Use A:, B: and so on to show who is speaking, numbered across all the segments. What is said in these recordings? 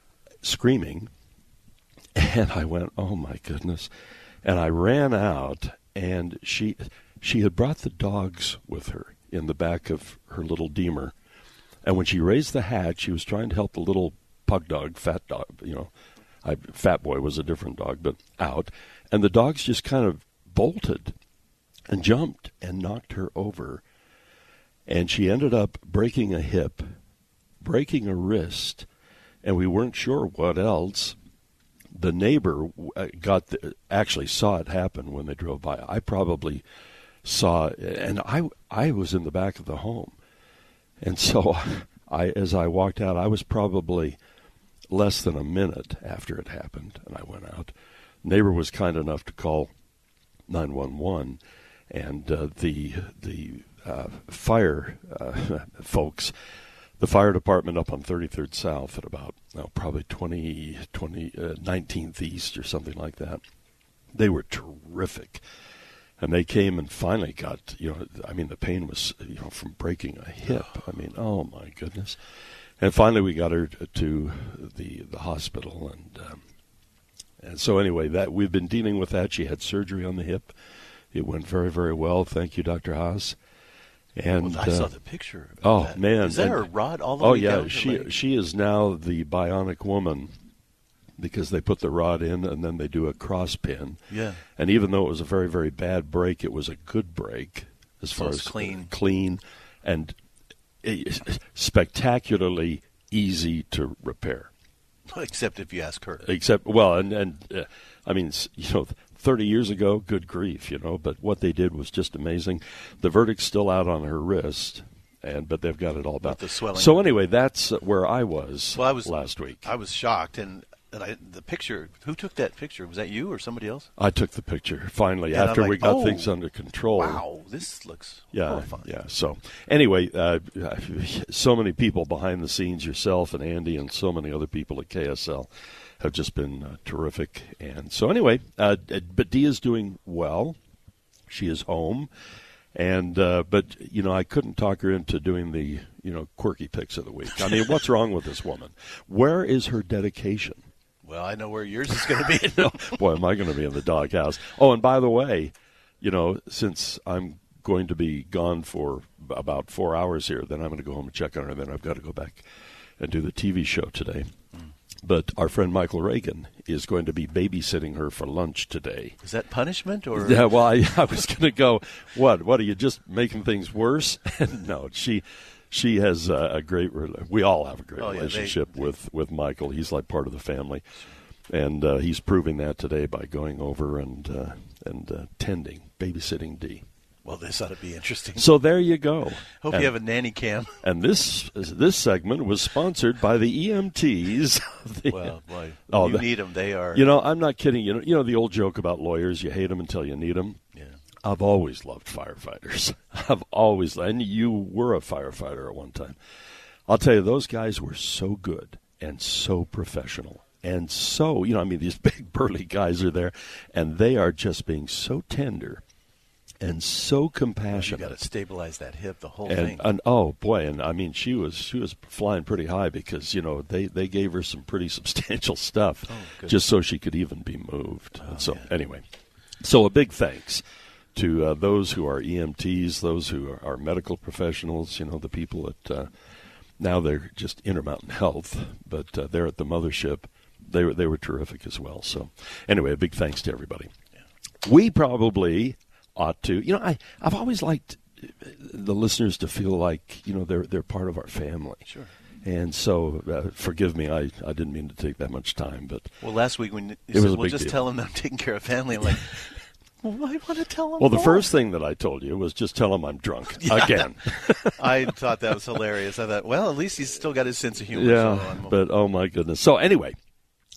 A: screaming. And I went, oh my goodness. And I ran out, and she. She had brought the dogs with her in the back of her little Deemer. And when she raised the hat, she was trying to help the little pug dog, fat dog, you know, I, fat boy was a different dog, but out. And the dogs just kind of bolted and jumped and knocked her over. And she ended up breaking a hip, breaking a wrist, and we weren't sure what else. The neighbor uh, got the, actually saw it happen when they drove by. I probably saw, and I I was in the back of the home, and so I as I walked out, I was probably less than a minute after it happened, and I went out. Neighbor was kind enough to call 911, and uh, the the uh, fire uh, folks, the fire department up on 33rd South at about well, probably 20, 20 uh, 19th East or something like that. They were terrific, and they came and finally got you know I mean the pain was you know from breaking a hip. I mean oh my goodness, and finally we got her t- to the the hospital and. Um, and so anyway, that we've been dealing with that. She had surgery on the hip. It went very, very well. Thank you, Doctor Haas. And
B: Well, I saw
A: uh,
B: the picture. Of
A: oh
B: that.
A: man,
B: is that
A: And-
B: a rod all the
A: oh
B: way
A: yeah,
B: down? her
A: she
B: leg?
A: she is now the bionic woman because they put the rod in and then they do a cross pin.
B: Yeah.
A: And even though it was a very, very bad break, it was a good break as
B: So
A: far
B: it's
A: as
B: clean.
A: clean, and eh, spectacularly easy to repair
B: except if you ask her.
A: except well and and uh, i mean s- you know 30 years ago, good grief, you know, but what they did was just amazing. The verdict's still out on her wrist, and but they've got it all back.
B: the swelling.
A: So anyway, that's where I was,
B: Well, I was
A: last week.
B: I was shocked, and, and I, the picture. Who took that picture? Was that you or somebody else?
A: I took the picture finally
B: And I'm
A: after
B: like,
A: we got
B: "Oh,
A: things under control.
B: Wow, this looks
A: Yeah,
B: horrifying.
A: yeah. So anyway, uh, so many people behind the scenes, yourself and Andy, and so many other people at KSL, have just been uh, terrific. And so anyway, uh, but Dia's doing well. She is home, and uh, but you know I couldn't talk her into doing the you know quirky picks of the week. I mean, what's wrong with this woman? Where is her dedication?
B: Well, I know where yours is going to be.
A: boy, am I going to be in the doghouse. Oh, and by the way, you know, since I'm going to be gone for about four hours here, then I'm going to go home and check on her. Then I've got to go back and do the TV show today. But our friend Michael Reagan is going to be babysitting her for lunch today.
B: Is that punishment or?
A: Yeah, well, I, I was going to go. What? What are you just making things worse? no, she she has a, a great. rela- We all have a great
B: Oh, yeah, they-
A: relationship with with Michael. He's like part of the family, and uh, he's proving that today by going over and uh, and uh, tending babysitting D.
B: Well, this ought to be interesting.
A: So there you go.
B: Hope
A: and,
B: you have a nanny cam.
A: And this this segment was sponsored by the EMTs. of the-
B: Well, boy,
A: Oh,
B: you
A: the-
B: need them. They are.
A: you know, I'm not kidding. You know, you know the old joke about lawyers: you hate them until you need them.
B: Yeah.
A: I've always loved firefighters. I've always, and you were a firefighter at one time. I'll tell you, those guys were so good and so professional. And so, you know, I mean, these big burly guys are there, and they are just being so tender and so
B: you
A: compassionate
B: got to stabilize that hip. The whole
A: and,
B: thing.
A: and oh boy, and I mean she was she was flying pretty high because you know they, they gave her some pretty substantial stuff
B: Oh, good. Oh,
A: just so she could even be moved. And so anyway, so a big thanks to uh, those who are EMTs, those who are, are medical professionals. You know the people at uh, now they're just Intermountain Health, but uh, they're at the mothership. They were they were terrific as well. So anyway, a big thanks to everybody we probably ought to. You know, I I've always liked uh, the listeners to feel like you know they're they're part of our family. Sure. And so, uh, forgive me, I, I didn't mean to take that much time, but
B: well, last week when you
A: was
B: said,
A: a
B: "Well,
A: big
B: just
A: deal.
B: tell them that I'm taking care of family," I'm like, "Well, I want to tell them."
A: well, the
B: more."
A: first thing that I told you was just tell them I'm drunk again.
B: I thought that was hilarious. I thought, well, at least he's still got his sense of humor. so um,
A: yeah,
B: I'm-
A: but oh my goodness. So anyway,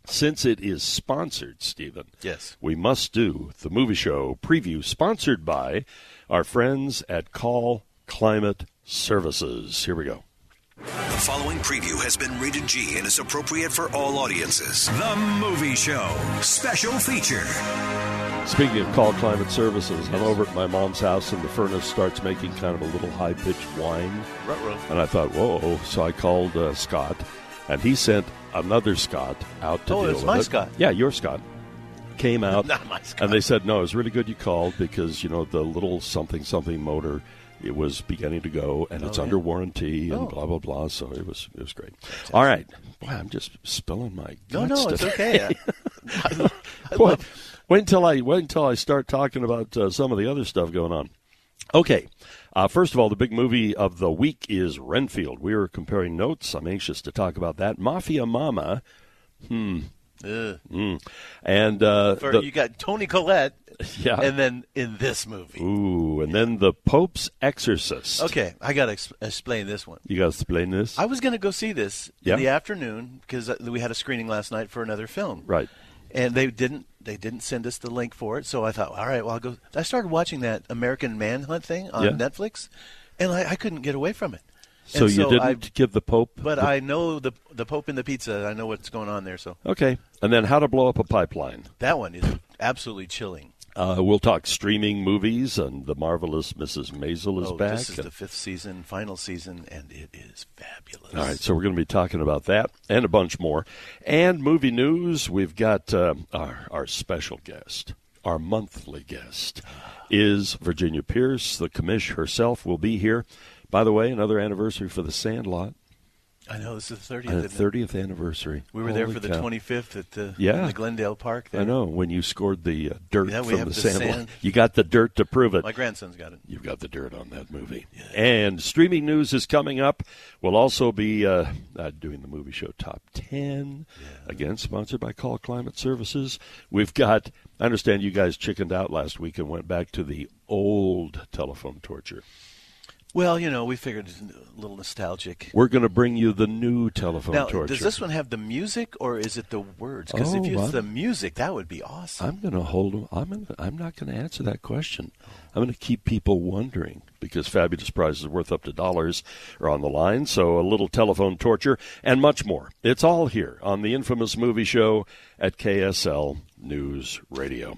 A: since it is sponsored, Stephen,
B: Yes.
A: we must do the movie show preview sponsored by our friends at Call Climate Services. Here we go.
C: The following preview has been rated G and is appropriate for all audiences. The Movie Show. Special feature.
A: Speaking of call climate services, I'm over at my mom's house and the furnace starts making kind of a little high pitched whine.
B: Ruh-roh.
A: And I thought, whoa. So I called uh, Scott and he sent another Scott out to
B: Oh,
A: deal
B: it's
A: with
B: my
A: it.
B: Scott.
A: Yeah, your Scott. Came out
B: Not my Scott.
A: and they said, no, it's really good you called because, you know, the little something something motor. It was beginning to go, and
B: Oh,
A: it's under warranty, and blah blah blah. So it was it was great. All right, boy, I'm just spilling my guts
B: no, no, it's
A: today.
B: okay. Uh, I, I
A: Boy,
B: love-
A: wait until I wait until I start talking about uh, some of the other stuff going on. Okay, uh, first of all, the big movie of the week is Renfield. We are comparing notes. I'm anxious to talk about that. Mafia Mama Hmm.
B: Ugh.
A: and uh,
B: For-
A: the-
B: you got Tony Collette,
A: Yeah.
B: and then in this movie.
A: ooh, and then the Pope's Exorcist.
B: Okay, I got to ex- explain this one.
A: you guys explain this.
B: I was going to go see this
A: Yeah.
B: in the afternoon because uh, we had a screening last night for another film.
A: Right.
B: And they didn't they didn't send us the link for it, so I thought, all right, well I'll go. I started watching that American Manhunt thing on
A: Yeah.
B: Netflix, and I, I couldn't get away from it.
A: so
B: And
A: you didn't
B: I-
A: give the Pope,
B: but
A: the-
B: I know the the Pope and the pizza. I know what's going on there, so
A: okay, and then How to Blow Up a Pipeline.
B: that one is absolutely chilling.
A: Uh, we'll talk streaming movies and the marvelous Mrs. Maisel is
B: oh,
A: back.
B: this is
A: and-
B: the fifth season, final season, and it is fabulous.
A: All right, so we're going to be talking about that and a bunch more. And movie news, we've got um, our, our special guest, our monthly guest, is Virginia Pierce. The commish herself will be here. By the way, another anniversary for The Sandlot.
B: I know this is the 30th.
A: on the
B: isn't it?
A: 30th anniversary.
B: We were there
A: Uh, Holy
B: for the
A: cow.
B: 25th at the,
A: Yeah.
B: in the Glendale Park. There.
A: I know when you scored the uh, dirt
B: Yeah, we
A: from
B: have
A: the
B: the
A: sand.
B: sand.
A: You got the dirt to prove it.
B: My grandson's got it.
A: You've got the dirt on that movie. And streaming news is coming up. We'll also be uh, uh, doing the movie show Top 10, again, sponsored by Call Climate Services. We've got, I understand you guys chickened out last week and went back to the old telephone torture.
B: Well, you know, we figured it's a little nostalgic.
A: We're going to bring you the new telephone
B: now,
A: torture.
B: does this one have the music or is it the words? Because
A: Oh,
B: if it's
A: I'm-
B: the music, that would be awesome.
A: I'm going to hold them. I'm gonna, I'm not going to answer that question. I'm going to keep people wondering because fabulous prizes worth up to dollars are on the line. So a little telephone torture and much more. It's all here on the infamous movie show at KSL News Radio.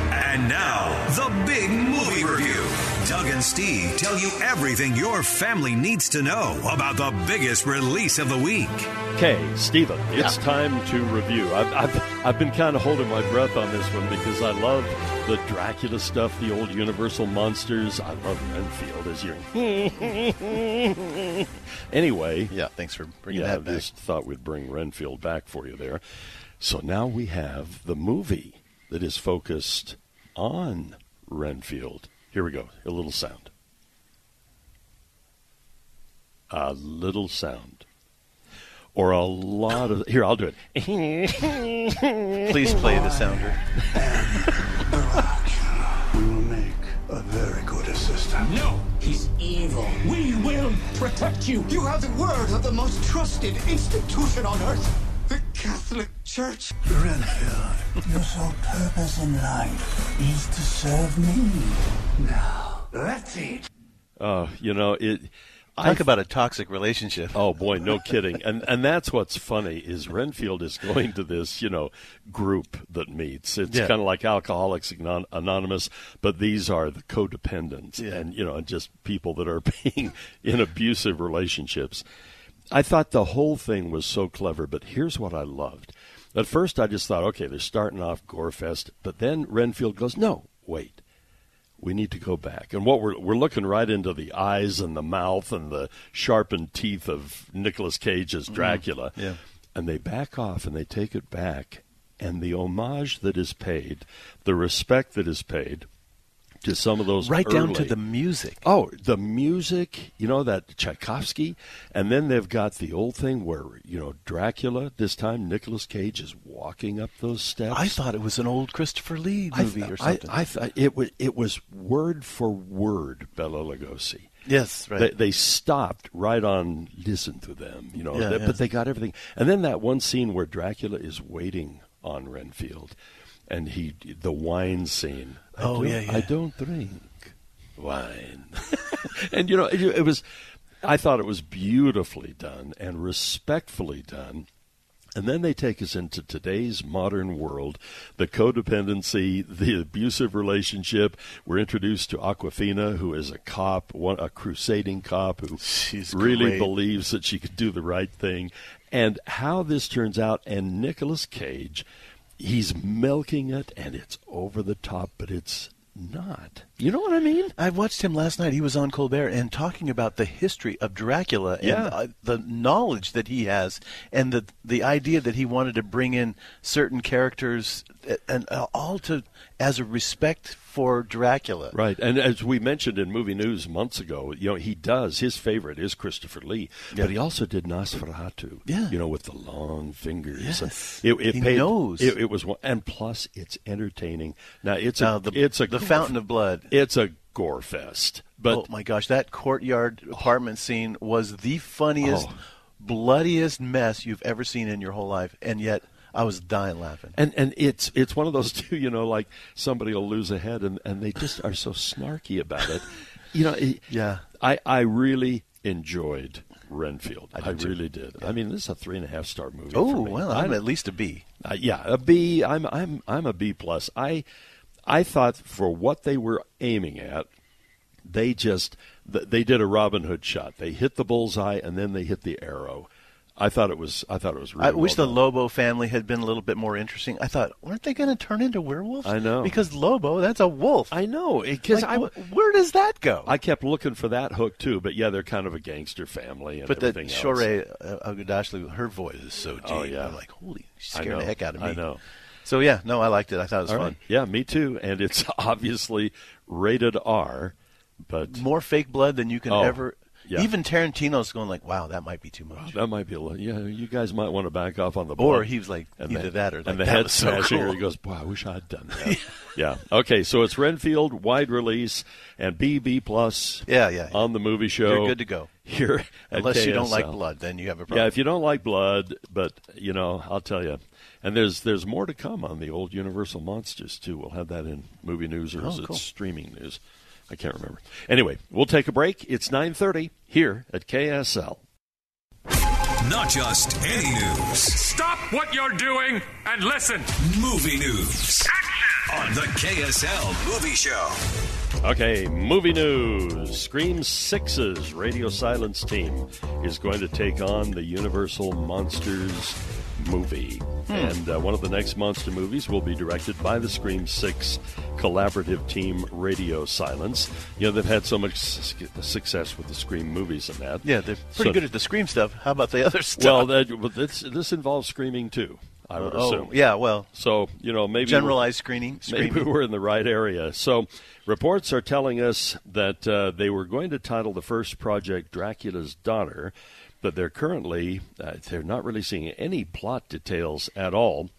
C: And now, the big movie review. Doug and Steve tell you everything your family needs to know about the biggest release of the week.
A: Okay, Stephen, it's time to review. I've, I've, I've been kind of holding my breath on this one because I love the Dracula stuff, the old Universal monsters. I love Renfield as you're. anyway,
B: yeah, thanks for bringing
A: yeah,
B: that back.
A: I just thought we'd bring Renfield back for you there. So now we have the movie that is focused on Renfield. Here we go. A little sound. A little sound. Or a lot of. Here, I'll do it.
B: Please play the sounder.
D: We will make a very good assistant.
E: No, he's evil. We will protect you.
D: You have the word of the most trusted institution on earth, the Catholic Church. Renfield, your sole purpose in life is to serve me. Now, that's it.
A: Uh, you know, it. I
B: Talk about a toxic relationship.
A: Oh boy, no kidding. And and that's what's funny is Renfield is going to this, you know, group that meets. It's
B: Yeah.
A: kind of like Alcoholics Anon- Anonymous, but these are the codependents
B: Yeah.
A: and you know, and just people that are being in abusive relationships. I thought the whole thing was so clever, but here's what I loved. At first I just thought, okay, they're starting off Gorefest, but then Renfield goes, "No, wait we need to go back. And what we're we're looking right into the eyes and the mouth and the sharpened teeth of Nicolas Cage as Dracula.
B: Mm-hmm. yeah.
A: And they back off and they take it back and the homage that is paid, the respect that is paid to some of those
B: right down to
A: early-
B: the music.
A: Oh, the music, you know, that Tchaikovsky. And then they've got the old thing where, you know, Dracula, this time Nicolas Cage is walking up those steps.
B: I thought it was an old Christopher Lee
A: I
B: movie
A: th-
B: or something.
A: I, I th- it was it was word for word Bela Lugosi.
B: yes,
A: They,
B: right.
A: they stopped right on listen to them, you know.
B: Yeah,
A: they-
B: yeah.
A: But they got everything. And then that one scene where Dracula is waiting on Renfield, and he the wine scene. I
B: Oh,
A: don't-
B: yeah, yeah.
A: I don't drink wine, and you know it, it was. I thought it was beautifully done and respectfully done. And then they take us into today's modern world, the codependency, the abusive relationship. We're introduced to Aquafina, who is a cop, one, a crusading cop who
B: She's
A: really
B: great.
A: believes that she could do the right thing, and how this turns out. And Nicolas Cage, he's milking it, and it's over the top, but it's not. You know what I mean?
B: I watched him last night. He was on Colbert and talking about the history of Dracula
A: Yeah.
B: and uh, the knowledge that he has, and the the idea that he wanted to bring in certain characters uh, and uh, all to as a respect for Dracula.
A: Right, and as we mentioned in movie news months ago, you know he does his favorite is Christopher Lee, but he also did Nosferatu.
B: Yeah.
A: you know with the long fingers.
B: Yes.
A: it, it
B: He
A: paid-
B: knows.
A: It, it was one, and plus it's entertaining. Now it's a
B: Now, the,
A: it's a
B: the Fountain of Blood.
A: It's a gore fest, but
B: oh my gosh, that courtyard apartment scene was the funniest,
A: Oh.
B: bloodiest mess you've ever seen in your whole life, and yet I was dying laughing.
A: And and it's it's one of those two, you know, like somebody will lose a head and, and they just are so snarky about it. You know, it,
B: Yeah.
A: I I really enjoyed Renfield.
B: I
A: I,
B: do too.
A: really did. I mean, this is a three and a half star movie.
B: Oh
A: for me.
B: well, I'm at least a B.
A: Uh, yeah, a B. I'm I'm I'm a B plus. I I thought for what they were aiming at, they just th- they did a Robin Hood shot. They hit the bullseye and then they hit the arrow. I thought it was I thought it was really
B: I wish
A: well
B: the
A: done.
B: Lobo family had been a little bit more interesting. I thought, weren't they going to turn into werewolves?
A: I know.
B: because Lobo, that's a wolf.
A: I know because
B: Like,
A: I w-
B: wh- where does that go?
A: I kept looking for that hook too, but yeah, they're kind of a gangster family and
B: but that
A: everything else.
B: Shore uh, Agudashlu, her voice is so deep.
A: Oh, yeah.
B: I'm like, holy, she
A: I
B: scared the
A: know.
B: heck out of me.
A: I know.
B: So yeah, no, I liked it. I thought it was
A: All
B: fun.
A: right. Yeah, me too. And it's obviously rated R, but
B: More fake blood than you can
A: Oh,
B: ever.
A: yeah.
B: Even Tarantino's going like, wow, that might be too much.
A: that might be a little. Yeah, you guys might want to back off on the.
B: Or
A: blood.
B: he was like,
A: and
B: either
A: the,
B: that or like,
A: and the
B: that
A: head
B: was so
A: smashing.
B: cool.
A: He goes, "Boy, I wish I'd done that." yeah. Okay, so it's Renfield wide release and BB plus.
B: Yeah, yeah, yeah.
A: On the movie show,
B: You're good to go.
A: Here, at
B: Unless you don't like
A: KSL.
B: blood, then you have a problem.
A: Yeah, if you don't like blood, but you know, I'll tell you. And there's there's more to come on the old Universal monsters too. We'll have that in movie news or is
B: Oh, cool.
A: it streaming news? I can't remember. Anyway, we'll take a break. It's 9:30 here at KSL.
C: Not just any news,
E: Stop what you're doing and listen.
C: movie news. On the KSL Movie Show.
A: Okay, movie news. Scream 6's Radio Silence team is going to take on the Universal Monsters movie.
B: Hmm.
A: And uh, one of the next monster movies will be directed by the Scream 6 collaborative team Radio Silence. You know, they've had so much s- success with the Scream movies and that.
B: Yeah, they're pretty
A: So-
B: good at the scream stuff. How about the other stuff?
A: Well, that, but this, this involves screaming too, I would
B: oh,
A: assume.
B: yeah. Well,
A: So, you know, maybe. we'll-
B: generalized screening. Screaming.
A: Maybe we're in the right area. So, reports are telling us that uh, they were going to title the first project Dracula's Daughter, but they're currently uh, they're not releasing any plot details at all.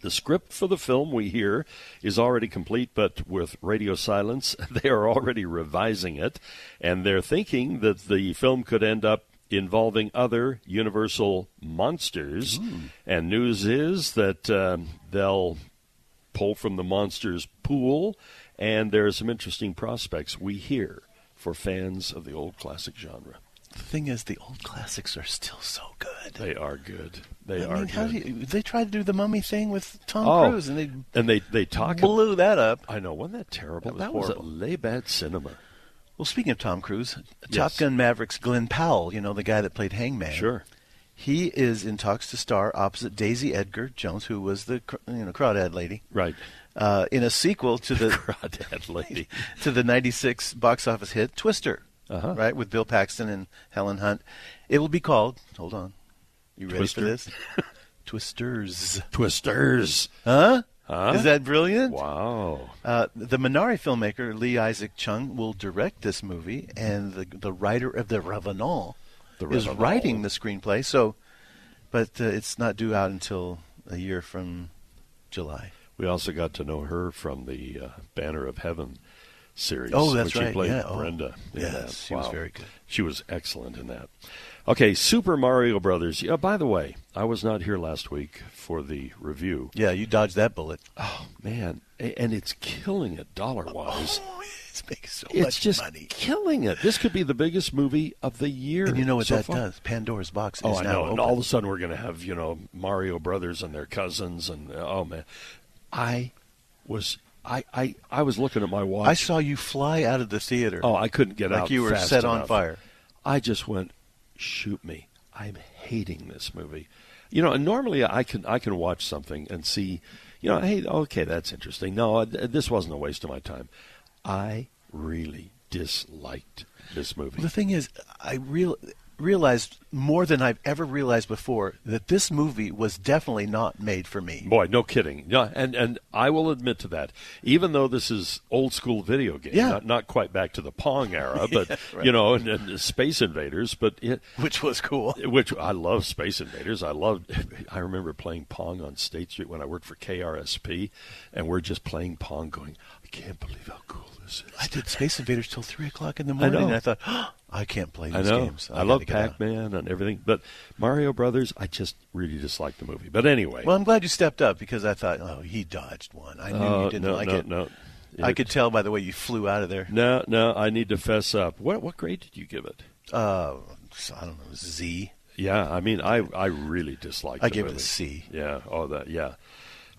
A: The script for the film we hear is already complete, but with radio silence, they are already revising it, and they're thinking that the film could end up involving other Universal monsters.
B: Hmm.
A: And news is that um, they'll pull from the monsters pool, and there are some interesting prospects we hear for fans of the old classic genre.
B: The thing is, the old classics are still so good.
A: They are good. They
B: I
A: are
B: mean, how
A: good.
B: do you, they tried to do the mummy thing with Tom
A: Oh,
B: Cruise, and they
A: and they they talk.
B: blew that up.
A: I know, wasn't that terrible?
B: That
A: It
B: was
A: horrible. laybad cinema.
B: Well, speaking of Tom Cruise,
A: Yes.
B: Top Gun Mavericks, Glenn Powell, you know the guy that played Hangman.
A: Sure.
B: He is in talks to star opposite Daisy Edgar Jones, who was the cr- you know crawdad lady,
A: Right.
B: uh, in a sequel to the
A: Crawdad lady.
B: to the 96 box office hit Twister,
A: Uh-huh.
B: right, with Bill Paxton and Helen Hunt. It will be called, hold on, you ready
A: Twister?
B: for this? Twisters.
A: Twisters.
B: Huh?
A: Huh?
B: Is that brilliant?
A: Wow.
B: Uh, the Minari filmmaker Lee Isaac Chung will direct this movie, and the the writer of The Revenant
A: The
B: is
A: Revenant.
B: writing the screenplay. So, but uh, it's not due out until a year from July.
A: We also got to know her from the uh, Banner of Heaven series.
B: Oh, that's
A: when
B: right.
A: She played
B: Yeah, oh.
A: Brenda. in
B: Yes,
A: that.
B: she was very good.
A: She was excellent in that. Okay, Super Mario Brothers. Yeah, by the way, I was not here last week for the review.
B: Yeah, you dodged that bullet.
A: Oh man, A- and it's killing it dollar wise.
B: it's making so
A: Oh, it's
B: Oh, much
A: just
B: money.
A: killing it. This could be the biggest movie of the year.
B: And you know what
A: so
B: that
A: far.
B: does? Pandora's box
A: Oh,
B: is
A: I
B: now
A: know.
B: open.
A: And all of a sudden, we're going to have you know Mario Brothers and their cousins, and uh, oh man, I was I I I was looking at my watch.
B: I saw you fly out of the theater.
A: Oh, I couldn't get
B: like
A: out.
B: you were
A: fast
B: set on
A: enough.
B: fire.
A: I just went, shoot me. I'm hating this movie. You know, and normally I can I can watch something and see, you know, hey, okay, that's interesting. No, uh, th- this wasn't a waste of my time. I really disliked this movie.
B: The thing is, I real, realized more than I've ever realized before that this movie was definitely not made for me.
A: Boy, no kidding. Yeah, and and I will admit to that. Even though this is old school video game,
B: Yeah.
A: not, not quite back to the Pong era, but
B: right.
A: you know, and, and Space Invaders, but it,
B: Which was cool.
A: which I love Space Invaders. I loved. I remember playing Pong on State Street when I worked for KRSP, and we're just playing Pong, going, I can't believe how cool this is.
B: I did Space Invaders till three o'clock in the
A: I
B: morning.
A: know.
B: and I thought, oh, I can't play
A: I
B: these
A: know.
B: games.
A: I, love
B: gotta get out.
A: Pac Man and everything, but Mario Brothers, I just really dislike the movie. But anyway,
B: Well, I'm glad you stepped up because I thought, oh, he dodged one. I knew
A: Oh,
B: you didn't
A: no,
B: like
A: no,
B: it.
A: no.
B: I
A: It-
B: could tell by the way you flew out of there.
A: no, no, I need to fess up. What what grade did you give it?
B: uh, I don't know, Z.
A: Yeah, I mean, I I really dislike.
B: I
A: the
B: gave it a
A: movie.
B: C.
A: Yeah. Oh, that. Yeah.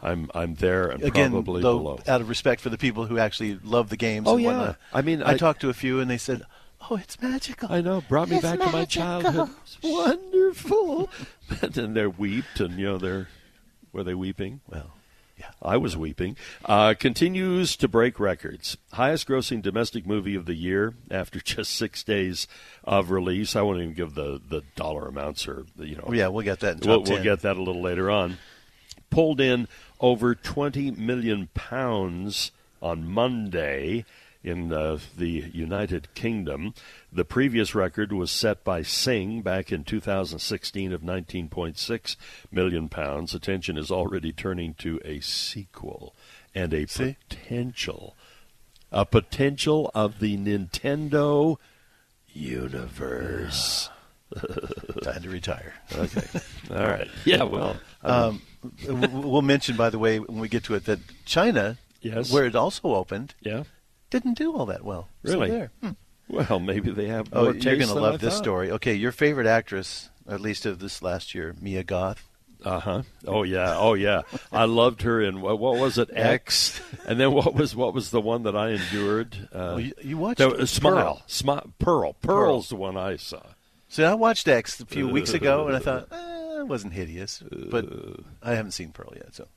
A: I'm I'm there and
B: Again,
A: probably
B: though, uh,
A: below.
B: out of respect for the people who actually love the games.
A: Oh,
B: and
A: yeah.
B: whatnot,
A: I mean,
B: I,
A: I-
B: talked to a few and they said, "Oh, it's magical."
A: I know. Brought me
B: It's
A: back to my
B: magical.
A: childhood. It's wonderful. and they're weeped, and you know they're were they weeping?
B: Well, yeah.
A: I was weeping. Uh, continues to break records. Highest grossing domestic movie of the year after just six days of release. I won't even give the, the dollar amounts or, the, you know.
B: Oh, yeah, we'll get that in top
A: we'll, we'll
B: 10.
A: get that a little later on. Pulled in over 20 million pounds on Monday in uh, the United Kingdom. The previous record was set by Singh back in 2016 of 19.6 million pounds. Attention is already turning to a sequel and a
B: See?
A: potential a potential of the Nintendo universe.
B: Time to retire. Uh,
A: Okay. All right. Yeah, well,
B: Um, w- w- we'll mention, by the way, when we get to it, that China,
A: Yes.
B: where it also opened,
A: yeah.
B: didn't do all that well. So
A: Really?
B: there. Hmm.
A: Well, maybe they have more
B: Oh, you're
A: taste
B: going to
A: than
B: love
A: I
B: this
A: thought.
B: story. Okay, your favorite actress, at least of this last year, Mia Goth.
A: Uh huh. Oh yeah. Oh yeah. I loved her in what, what was it? X. And then what was what was the one that I endured? Uh,
B: Well, you- you watched
A: there-
B: Pearl.
A: Smile. Smile. Pearl. Pearl's the one I saw.
B: So I watched X a few weeks ago, and I thought eh, it wasn't hideous, but I haven't seen Pearl yet. So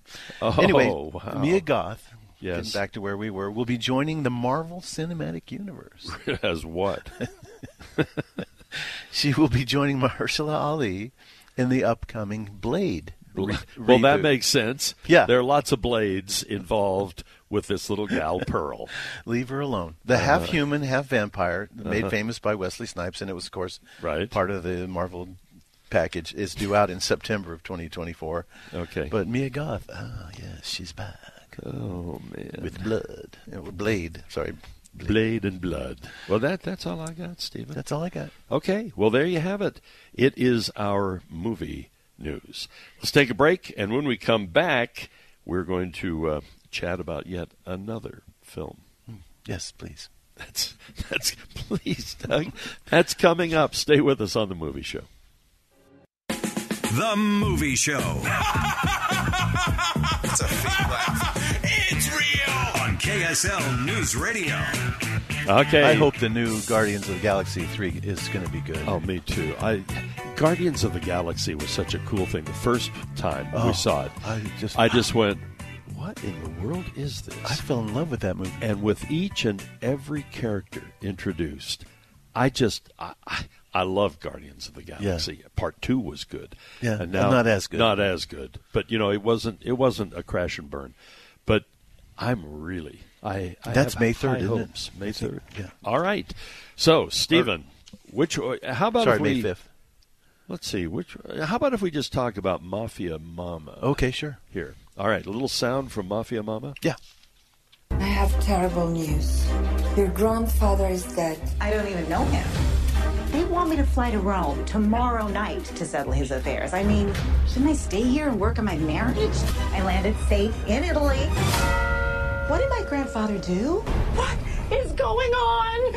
A: Uh. Oh,
B: anyway,
A: wow.
B: Mia Goth.
A: Yes.
B: Getting back to where we were, will be joining the Marvel Cinematic Universe.
A: As what?
B: she will be joining Mahershala Ali in the upcoming Blade. re-
A: well, that
B: reboot.
A: makes sense.
B: Yeah.
A: There are lots of blades involved with this little gal Pearl.
B: Leave her alone. The half human, half vampire, made famous by Wesley Snipes, and it was, of course,
A: Uh-huh. Right.
B: part of the Marvel package, is due out in September of 2024.
A: Okay.
B: But Mia Goth, ah, yes, she's back
A: Oh man.
B: with blood, uh, with blade. Sorry,
A: Blade and blood. Well, that that's all I got, Stephen.
B: that's all I got.
A: Okay, well, there you have it. It is our movie news. Let's take a break, and when we come back, we're going to uh, chat about yet another film.
B: Hmm. Yes, please.
A: That's that's please, Doug. That's coming up. Stay with us on the movie show.
C: The Movie Show. it's a fake laugh. It's real. On KSL News Radio.
A: Okay,
B: I hope the new Guardians of the Galaxy three is going to be good.
A: Oh, me too. I Guardians of the Galaxy was such a cool thing. The first time
B: Oh,
A: we saw it,
B: I just-
A: I just went, "What in the world is this?"
B: I fell in love with that movie.
A: and with each and every character introduced, I just I I, I love Guardians of the Galaxy. Part two was good,
B: Yeah,
A: and now
B: not as good.
A: not as good. But you know, it wasn't it wasn't a crash and burn. But I'm really I, I
B: That's
A: have
B: May 3rd,
A: high
B: isn't it?
A: hopes. May
B: I think,
A: third.
B: yeah.
A: All right. So Stephen, which uh, how about
B: Sorry,
A: if we
B: May fifth.
A: let's see which uh, how about if we just talk about Mafia Mama?
B: Okay, sure.
A: Here. All right, a little sound from Mafia Mama.
B: Yeah.
F: I have terrible news. Your grandfather is dead.
G: I don't even know him. They want me to fly to Rome tomorrow night to settle his affairs. I mean, shouldn't I stay here and work on my marriage? I landed safe in Italy. What did my grandfather do? What is going on?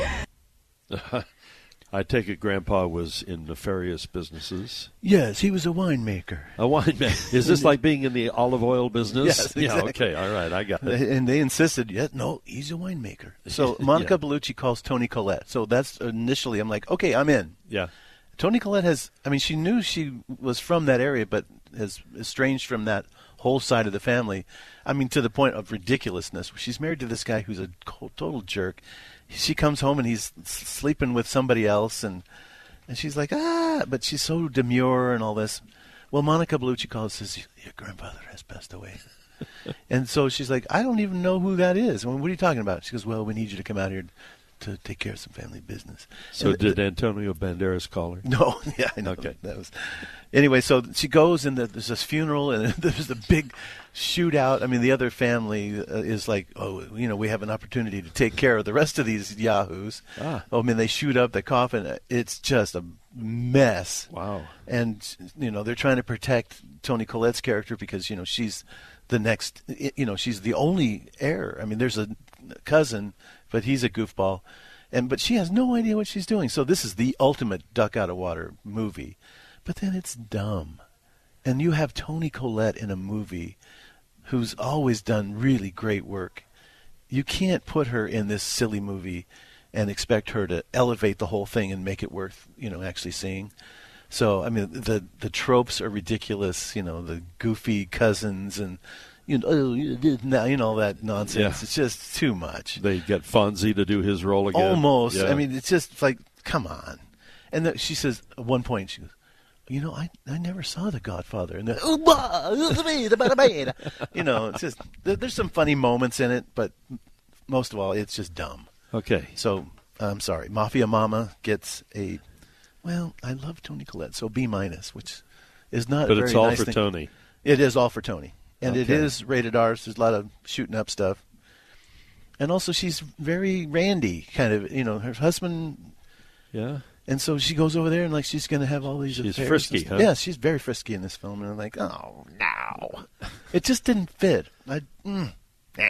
A: I take it Grandpa was in nefarious businesses.
B: Yes, he was a winemaker.
A: A winemaker. Is this like being in the olive oil business?
B: Yes,
A: Yeah,
B: exactly.
A: okay, all right, I got it.
B: and they insisted, yeah, no, he's a winemaker. So Monica
A: Yeah.
B: Bellucci calls Tony Collette. So that's initially, I'm like, okay, I'm in.
A: Yeah.
B: Tony Collette has, I mean, she knew she was from that area, but has estranged from that whole side of the family. I mean, to the point of ridiculousness. She's married to this guy who's a co- total jerk. She comes home and he's s- sleeping with somebody else, and and she's like, ah, but she's so demure and all this. Well, Monica Bellucci calls says your grandfather has passed away. And so she's like, I don't even know who that is. I mean, what are you talking about? She goes, Well, we need you to come out here to take care of some family business.
A: So
B: And-
A: did Antonio Banderas call her?
B: no, yeah, I know.
A: Okay.
B: that was. Anyway, so she goes and there's this funeral and there's a big shootout. I mean, the other family uh, is like, oh, you know, we have an opportunity to take care of the rest of these yahoos.
A: Ah.
B: Oh, I mean, they shoot up the coffin. It's just a mess.
A: Wow.
B: And you know, they're trying to protect Tony Collette's character because you know she's the next. You know, she's the only heir. I mean, there's a cousin, but he's a goofball. and but she has no idea what she's doing. So this is the ultimate duck out of water movie, but then it's dumb, and you have Tony Collette in a movie, who's always done really great work. You can't put her in this silly movie, and expect her to elevate the whole thing and make it worth you know actually seeing. So I mean the the tropes are ridiculous. You know the goofy cousins and you know, oh, you did now, you know, all that nonsense.
A: Yeah.
B: It's just too much.
A: They get Fonzie to do his role again.
B: Almost.
A: Yeah.
B: I mean, it's just like, come on. And the, she says, at one point, she goes, you know, I, I never saw The Godfather. And then, "Oh, bah, it's me, the bada bada." you know, it's just, there, there's some funny moments in it, but most of all, it's just dumb.
A: Okay.
B: So, I'm sorry. Mafia Mama gets a, well, I love Tony Collette, so B minus, which is not a
A: But it's
B: very
A: all
B: nice
A: for
B: thing.
A: Tony.
B: It is all for Tony. And it
A: Okay.
B: is rated R, so there's a lot of shooting up stuff. And also, she's very Randy, kind of. You know, her husband.
A: Yeah.
B: And so she goes over there and, like, she's going to have all these
A: She's
B: affairs
A: frisky,
B: and stuff.
A: huh?
B: Yeah, she's very frisky in this film. And I'm like, oh, no. it just didn't fit. I, mm, eh.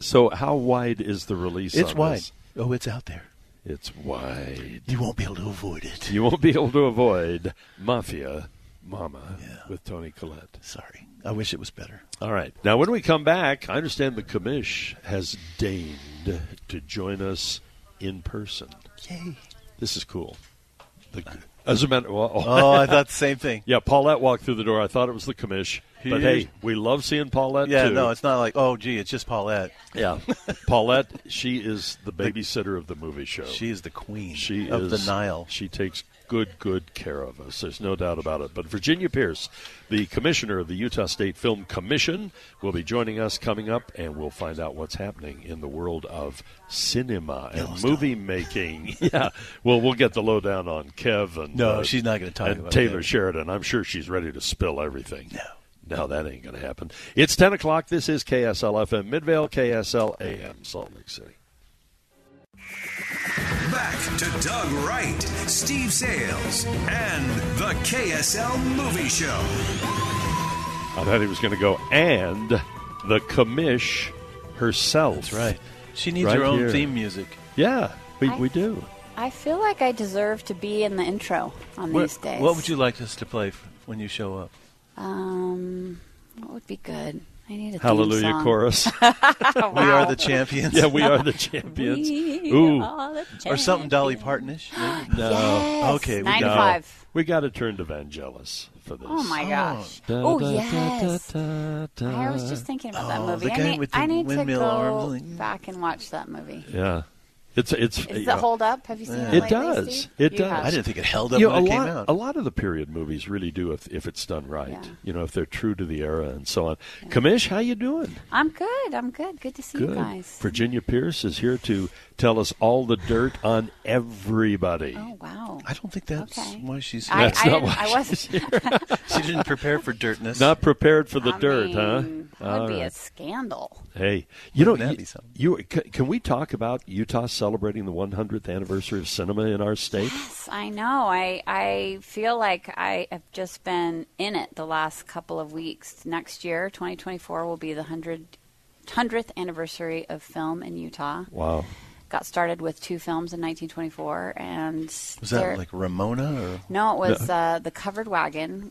A: So how wide is the release?
B: It's
A: on
B: wide.
A: this?
B: Oh, it's out there.
A: It's wide.
B: You won't be able to avoid it.
A: You won't be able to avoid Mafia Mama with Tony Collette.
B: Sorry. I wish it was better.
A: All right. Now, when we come back, I understand the commish has deigned to join us in person.
B: Yay.
A: This is cool. The, as a matter, well,
B: Oh, I thought the same thing.
A: Yeah, Paulette walked through the door. I thought it was the commish. But
B: Huge.
A: hey, we love seeing Paulette
B: Yeah,
A: too.
B: no, it's not like, oh, gee, it's just Paulette.
A: Yeah, Paulette. She is the babysitter of the movie show.
B: Oh. She is the queen
A: She
B: of
A: is,
B: the Nile.
A: She takes good, good care of us. There's no doubt about it. But Virginia Pierce, the commissioner of the Utah State Film Commission, will be joining us coming up, and we'll find out what's happening in the world of cinema and movie making. yeah. Well, we'll get the lowdown on Kev and uh,
B: No, she's not gonna talk
A: and
B: about
A: Taylor
B: that.
A: Sheridan. I'm sure she's ready to spill everything. No. No, that ain't going to happen. It's 10 o'clock. This is KSL FM Midvale, KSL AM, Salt Lake City.
C: Back to Doug Wright, Steve Sales, and the KSL Movie Show.
A: I thought he was going to go, and the commish herself. That's
B: right. She needs her own theme music.
A: Yeah, we,
H: I-
A: we do.
H: I feel like I deserve to be in the intro on
B: What,
H: these days.
B: what would you like us to play f- when you show up?
H: Um, what would be good? I need a theme
A: Hallelujah
H: song.
A: chorus.
H: Oh,
B: We are the champions.
A: Yeah, we are the champions.
H: We
A: Ooh.
H: are the
B: Or something Dolly Partonish. maybe?
H: Yes,
B: Okay. We
H: nine to
B: got
H: five.
A: We got to turn to Vangelis for this.
H: Oh my gosh! Oh, yes. I was just thinking about that
B: Oh,
H: movie.
B: the
H: I
B: guy
H: need,
B: with the
H: I need to
B: windmill
H: go
B: arms, like-
H: back and watch that movie.
A: Yeah. It's, it's,
H: Is it hold up? Have you seen it?
A: It
H: lately,
A: does.
H: Steve?
A: It
H: You
A: does.
H: have.
B: I didn't think it held up
A: You know,
B: when
A: a
B: it
A: lot,
B: came out.
A: A lot of the period movies really do if, if it's done right.
H: Yeah.
A: You know, if they're true to the era and so on. Kamish, how you doing?
H: I'm good. I'm good. Good to see you guys.
A: Virginia Pierce is here to tell us all the dirt on everybody.
H: Oh wow!
B: I don't think that's
H: Okay.
B: why she's.
H: I,
A: That's
H: I,
A: not
H: didn't-
A: why
H: I wasn't.
B: she didn't prepare for dirtness.
A: Not prepared for the
H: I
A: dirt,
H: mean,
A: huh?
H: That
A: All
H: would be a
A: right.
H: scandal.
A: Hey, you know,
B: Wouldn't that
A: you,
B: be something?
A: you can, can we talk about Utah celebrating the 100th anniversary of cinema in our state?
H: Yes, I know. I I feel like I have just been in it the last couple of weeks. Next year, 2024 will be the 100 100th anniversary of film in Utah.
A: Wow.
H: Got started with two films in 1924 and
B: Was
H: there-
B: that like Ramona or?
H: No, it was uh, the Covered Wagon,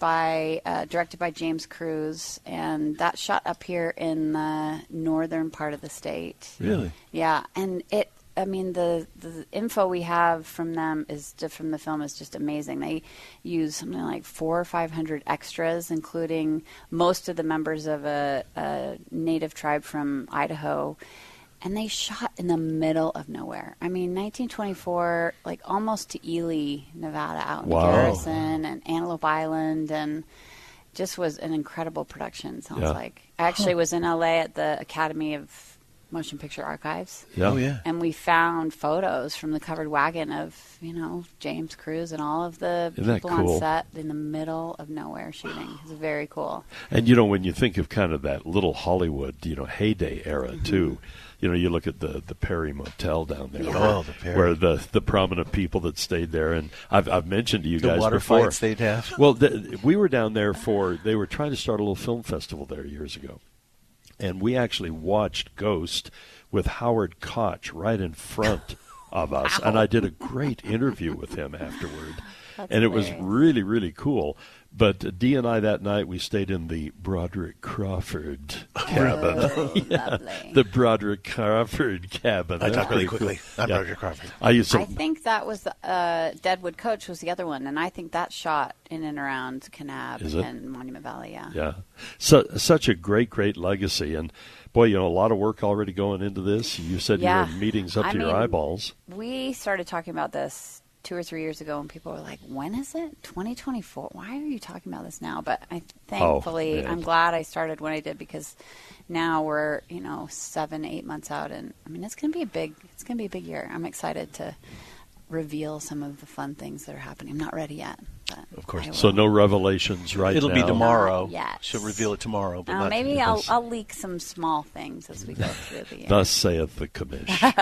H: by uh, directed by James Cruz, and that shot up here in the northern part of the state.
B: Really?
H: Yeah, and it. I mean, the the info we have from them is ju- from the film is just amazing. They use something like four or five hundred extras, including most of the members of a, a native tribe from Idaho. And they shot in the middle of nowhere. I mean, 1924, like almost to Ely, Nevada, out in
A: Wow.
H: Garrison and Antelope Island, and just was an incredible production. Sounds
A: Yeah.
H: like I actually was in LA at the Academy of Motion Picture Archives,
B: Oh yeah.
H: and we found photos from the covered wagon of you know James Cruz and all of the
A: Isn't that
H: people
A: cool?
H: on set in the middle of nowhere shooting. It's very cool.
A: And you know, when you think of kind of that little Hollywood, you know, heyday era
H: Mm-hmm.
A: too, you know, you look at the the Perry Motel down there,
H: Yeah.
A: where-
B: Oh, the Perry.
A: where the the prominent people that stayed there, and I've I've mentioned to you
B: The
A: guys
B: water
A: before.
B: fights they'd have.
A: Well, th we were down there for they were trying to start a little film festival there years ago, and we actually watched Ghost with Howard Koch right in front of us. And I did a great interview with him afterward.
I: That's
A: and it was
I: hilarious.
A: really, really cool. But D and I that night, we stayed in the Broderick Crawford cabin.
I: Oh,
H: lovely.
A: The Broderick Crawford cabin.
B: I
A: That's
B: talk really
A: pretty cool.
B: quickly. I'm Broderick Crawford.
A: I used to
H: I think that was the, uh, Deadwood Coach was the other one, and I think that shot in and around Kanab
A: Is it?
H: and Monument Valley. Yeah.
A: Yeah. So, such a great, great legacy. And boy, you know, a lot of work already going into this. You said
H: Yeah.
A: you were in meetings up
H: I
A: to your
H: mean-
A: eyeballs.
H: We started talking about this two or three years ago, and people were like, "When is it? 2024? Why are you talking about this now?" But I thankfully,
A: Oh, yeah.
H: I'm glad I started when I did because now we're you know seven, eight months out, and I mean it's going to be a big, it's going to be a big year. I'm excited to reveal some of the fun things that are happening. I'm not ready yet. But
B: Of course.
H: I
A: So, no revelations right
B: It'll
A: now.
B: be tomorrow.
H: Not yet.
B: She'll reveal it tomorrow. But
H: Uh,
B: not
H: maybe
B: Yes.
H: I'll, I'll leak some small things as we go through the year.
A: Thus saith the commission,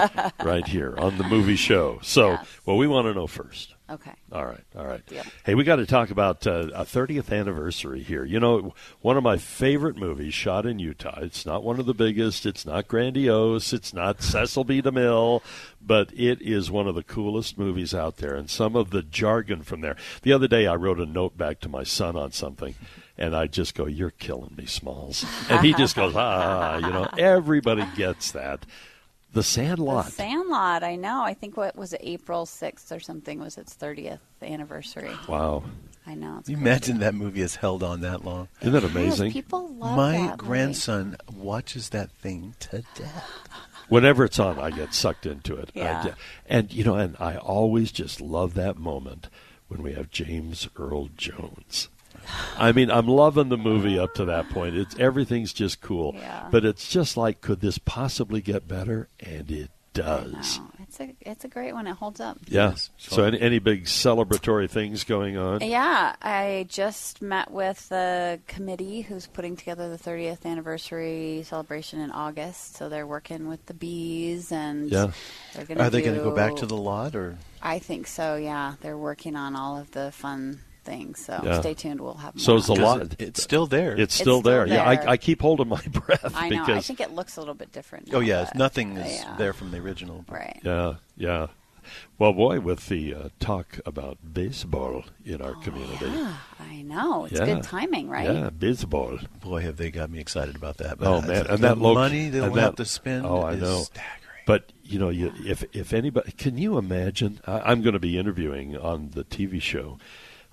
A: right here on the movie show. So, well, we want to know first.
H: Okay.
A: All right. All right.
H: Deal.
A: Hey, we got to talk about uh, a 30th anniversary here. You know, one of my favorite movies shot in Utah. It's not one of the biggest. It's not grandiose. It's not Cecil B. DeMille, but it is one of the coolest movies out there. And some of the jargon from there. The other day, I wrote a note back to my son on something, and I just go, "You're killing me, Smalls," and he just goes, "Ah," you know. Everybody gets that. The Sandlot.
H: The Sandlot, I know. I think what was it, April 6th or something was its 30th anniversary.
A: Wow.
H: I know. It's
B: You imagine that movie has held on that long.
A: Isn't that
H: amazing? people love
B: My
H: that movie.
B: grandson watches that thing to death.
A: whenever it's on, I get sucked into it. I
B: Yeah.
A: d- and you know, and I always just love that moment when we have James Earl Jones. I mean, I'm loving the movie up to that point. It's everything's just cool,
H: Yeah.
A: but it's just like, could this possibly get better? And it does.
H: It's a, it's a great one. It holds up.
A: Yeah. So, any, any big celebratory things going on?
H: Yeah, I just met with the committee who's putting together the 30th anniversary celebration in August. So they're working with the bees and
B: Yeah.
H: they're going to
B: Are they going to go back
H: do-
B: to the lot or?
H: I think so. Yeah, they're working on all of the fun things. So
A: Yeah.
H: stay tuned. We'll have. More
A: So it's a
H: on it.
A: lot.
B: it's still there.
A: It's
H: It's
A: still
H: still
A: there. Yeah,
H: there.
A: I, I keep holding my breath
H: I know.
A: because
H: I think it looks a little bit different.
B: Oh
H: now,
B: yeah,
H: but-
B: nothing is
H: yeah.
B: there from the original.
H: Right.
A: Yeah, yeah. Well, boy, with the uh, talk about baseball in our community.
H: Oh, Yeah, I know. It's
A: Yeah.
H: good timing, right?
A: Yeah, baseball.
B: Boy, have they got me excited about that.
A: Oh
B: But
A: man,
B: the
A: and that loc-
B: money they'll
A: and
B: have to spend
A: Oh, I
B: is
A: know. But you know, you, if if anybody, can you imagine? I, I'm going to be interviewing on the TV show.